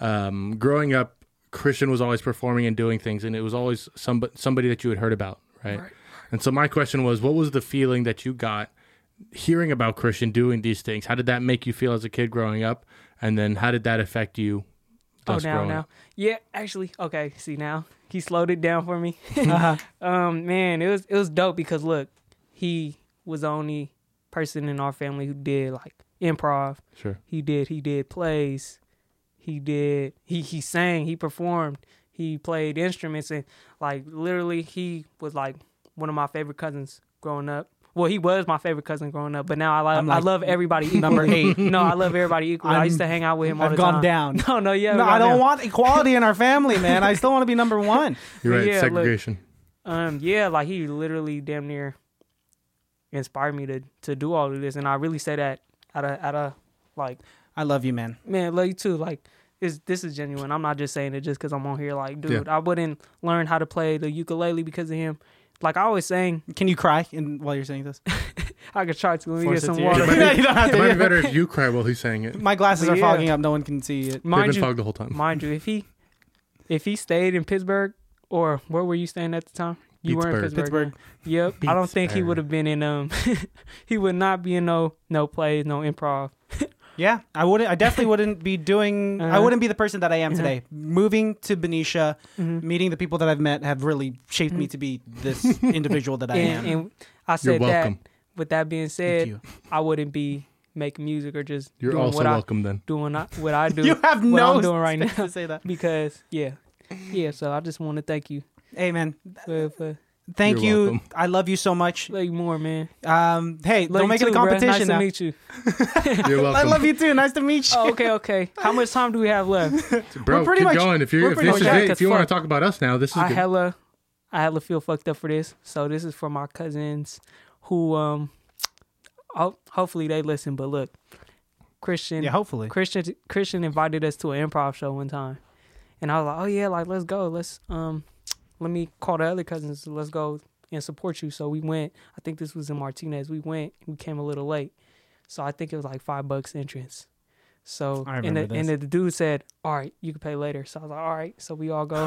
um, growing up Christian was always performing and doing things, and it was always somebody somebody that you had heard about, right? And so my question was, what was the feeling that you got hearing about Christian doing these things? How did that make you feel as a kid growing up, and then how did that affect you? Oh, thus now, growing now. up? Yeah, actually, okay. See, now he slowed it down for me. Uh-huh. um, man, it was it was dope because look, he was the only person in our family who did like improv. Sure. He did he did plays. He did he he sang. He performed. He played instruments and like literally he was like one of my favorite cousins growing up. Well, he was my favorite cousin growing up, but now I love I'm like I love everybody equally. number eight. No, I love everybody equally. i I'm- used to hang out with him all I've the gone time. down. No, no, yeah. No, I don't want equality in our family, man. I still want to be number one. You're right. Yeah, look. segregation. Um, yeah, like he literally damn near inspired me to to do all of this, and I really say that out of out of like, I love you, man. man, love you too. Like, is this is genuine? I'm not just saying it just because I'm on here. Like, dude, Yeah. I wouldn't learn how to play the ukulele because of him. Like I always saying, Can you cry in, while you're saying this? I could try to let me Force get it some to you. water. You don't have It might be to. better if you cry while he's saying it. My glasses But are yeah. fogging up. No one can see it. They've mind been you, fogged the whole time. mind you, if he if he stayed in Pittsburgh or where were you staying at the time? You were in Pittsburgh. Pittsburgh. yeah. Yep. I don't think he Pittsburgh. would have been in um he would not be in no no plays, no improv. Yeah, I wouldn't. I definitely wouldn't be doing. I Uh-huh. wouldn't be the person that I am Uh-huh. today. Moving to Benicia, Mhm. meeting the people that I've met have really shaped me to be this individual that I am. Uh-huh. And, and I You're said that welcome. with that being Thank said, you. I wouldn't be making music or just You're doing also what I welcome then. doing I- what I do You have what no I'm doing right space now. to say that. because yeah. Yeah, so I just want to thank you Hey, man. for, for Thank You're you welcome. I love you so much. like more, man. Um, hey, Love don't you make it too, a bruh. competition Nice now. to meet you. You're welcome. I love you too. Nice to meet you. Oh, okay, okay. How much time do we have left? Bro, We're pretty keep much- going. If we're you if pretty this is much- it, if you want Fuck. to talk about us now, this is I good. hella, I hella feel fucked up for this. So this is for my cousins, who um, ho- hopefully they listen. But look, Christian, Yeah, hopefully. Christian, Christian invited us to an improv show one time, and I was like, oh yeah, like let's go, let's um, let me call the other cousins, let's go and support you. So we went. I think this was in Martinez. We went. We came a little late, so I think it was like five bucks entrance. So I and the, remember and this. the dude said, "All right, you can pay later." So I was like, "All right." So we all go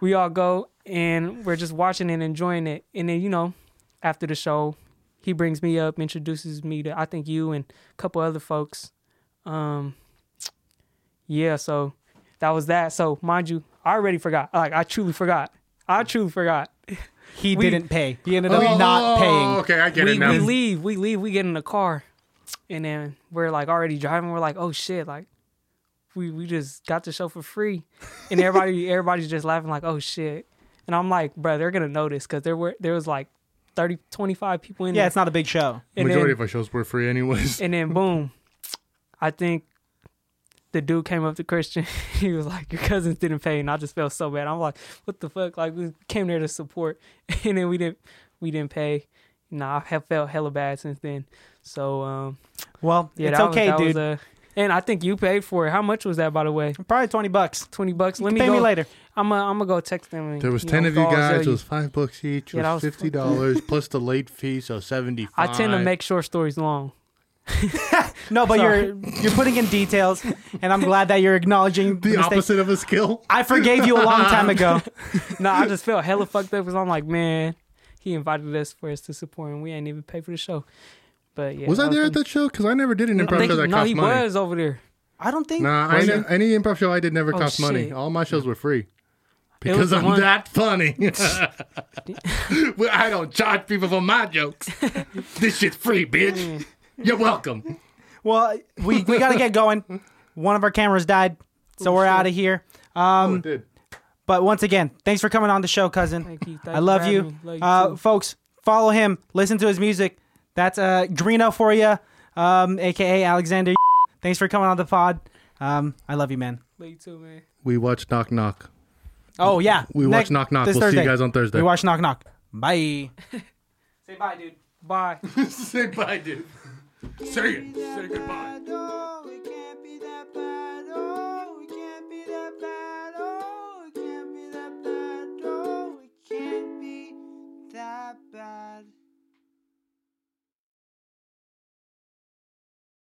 we all go and we're just watching and enjoying it. And then, you know, after the show, he brings me up, introduces me to I think you and a couple other folks. Um Yeah, so that was that. So mind you, I already forgot. Like I truly forgot. I truly forgot. He We- didn't pay. He ended up Oh, not paying. Okay, I get we, it now. we leave, we leave, we get in the car, and then we're like already driving. We're like, oh shit, like we we just got the show for free, and everybody everybody's just laughing like, oh shit, and I'm like, bro, they're gonna notice because there were there was like 30, 25 people in Yeah, there. it's not a big show. and Majority then, of our shows were free, anyways. and then boom, I think the dude came up to Christian. he was like, "Your cousins didn't pay," and I just felt so bad. I'm like, "What the fuck?" Like we came there to support, and then we didn't we didn't pay. Nah, I have felt hella bad since then. So um, Well, yeah, it's that was- okay, that was, dude. uh, and I think you paid for it. How much was that, by the way? Probably twenty bucks. Twenty bucks. Let me pay go. me later. I'm gonna I'm gonna go text them. And, There was know, ten of you call and guys. tell It was five bucks each. It Yeah, that was was fifty dollars plus the late fee, so seventy I five. tend to make short stories long. No, but Sorry. you're you're putting in details, and I'm glad that you're acknowledging the mistake. opposite of a skill. I forgave you a long time ago. no, I just felt hella fucked up because I'm like, man, he invited us for us to support, and we ain't even pay for the show. But yeah, was I there the- at that show? Because I never did an I improv think- show that no, cost he money. was over there. I don't think. Nah, I Was ne- it? any improv show I did never Oh, cost money. shit. All my shows were free. It was Because the I'm one- that funny. Well, I don't charge people for my jokes. this shit's free, bitch. Mm. You're welcome. Well, we we gotta get going. One of our cameras died, so we're out of here. Oh, it Um, did. but once again, thanks for coming on the show, cousin. Thank you. I love you. Like, uh, uh, folks, follow him. Listen to his music. That's uh, Greeno for you. um, aka Alexander. Thanks for coming on the pod. Um, I love you, man. But you too, man. We watch Knock Knock. Oh yeah, We Next- watch Knock Knock. this We'll see Thursday. you guys on Thursday. We watch Knock Knock. Bye. Say bye, dude. Bye. Say bye, dude. Say it. Say goodbye. Oh, it can't be that bad. Oh, it can't be that bad. Oh, it can't be that bad. Oh, it can't be that bad.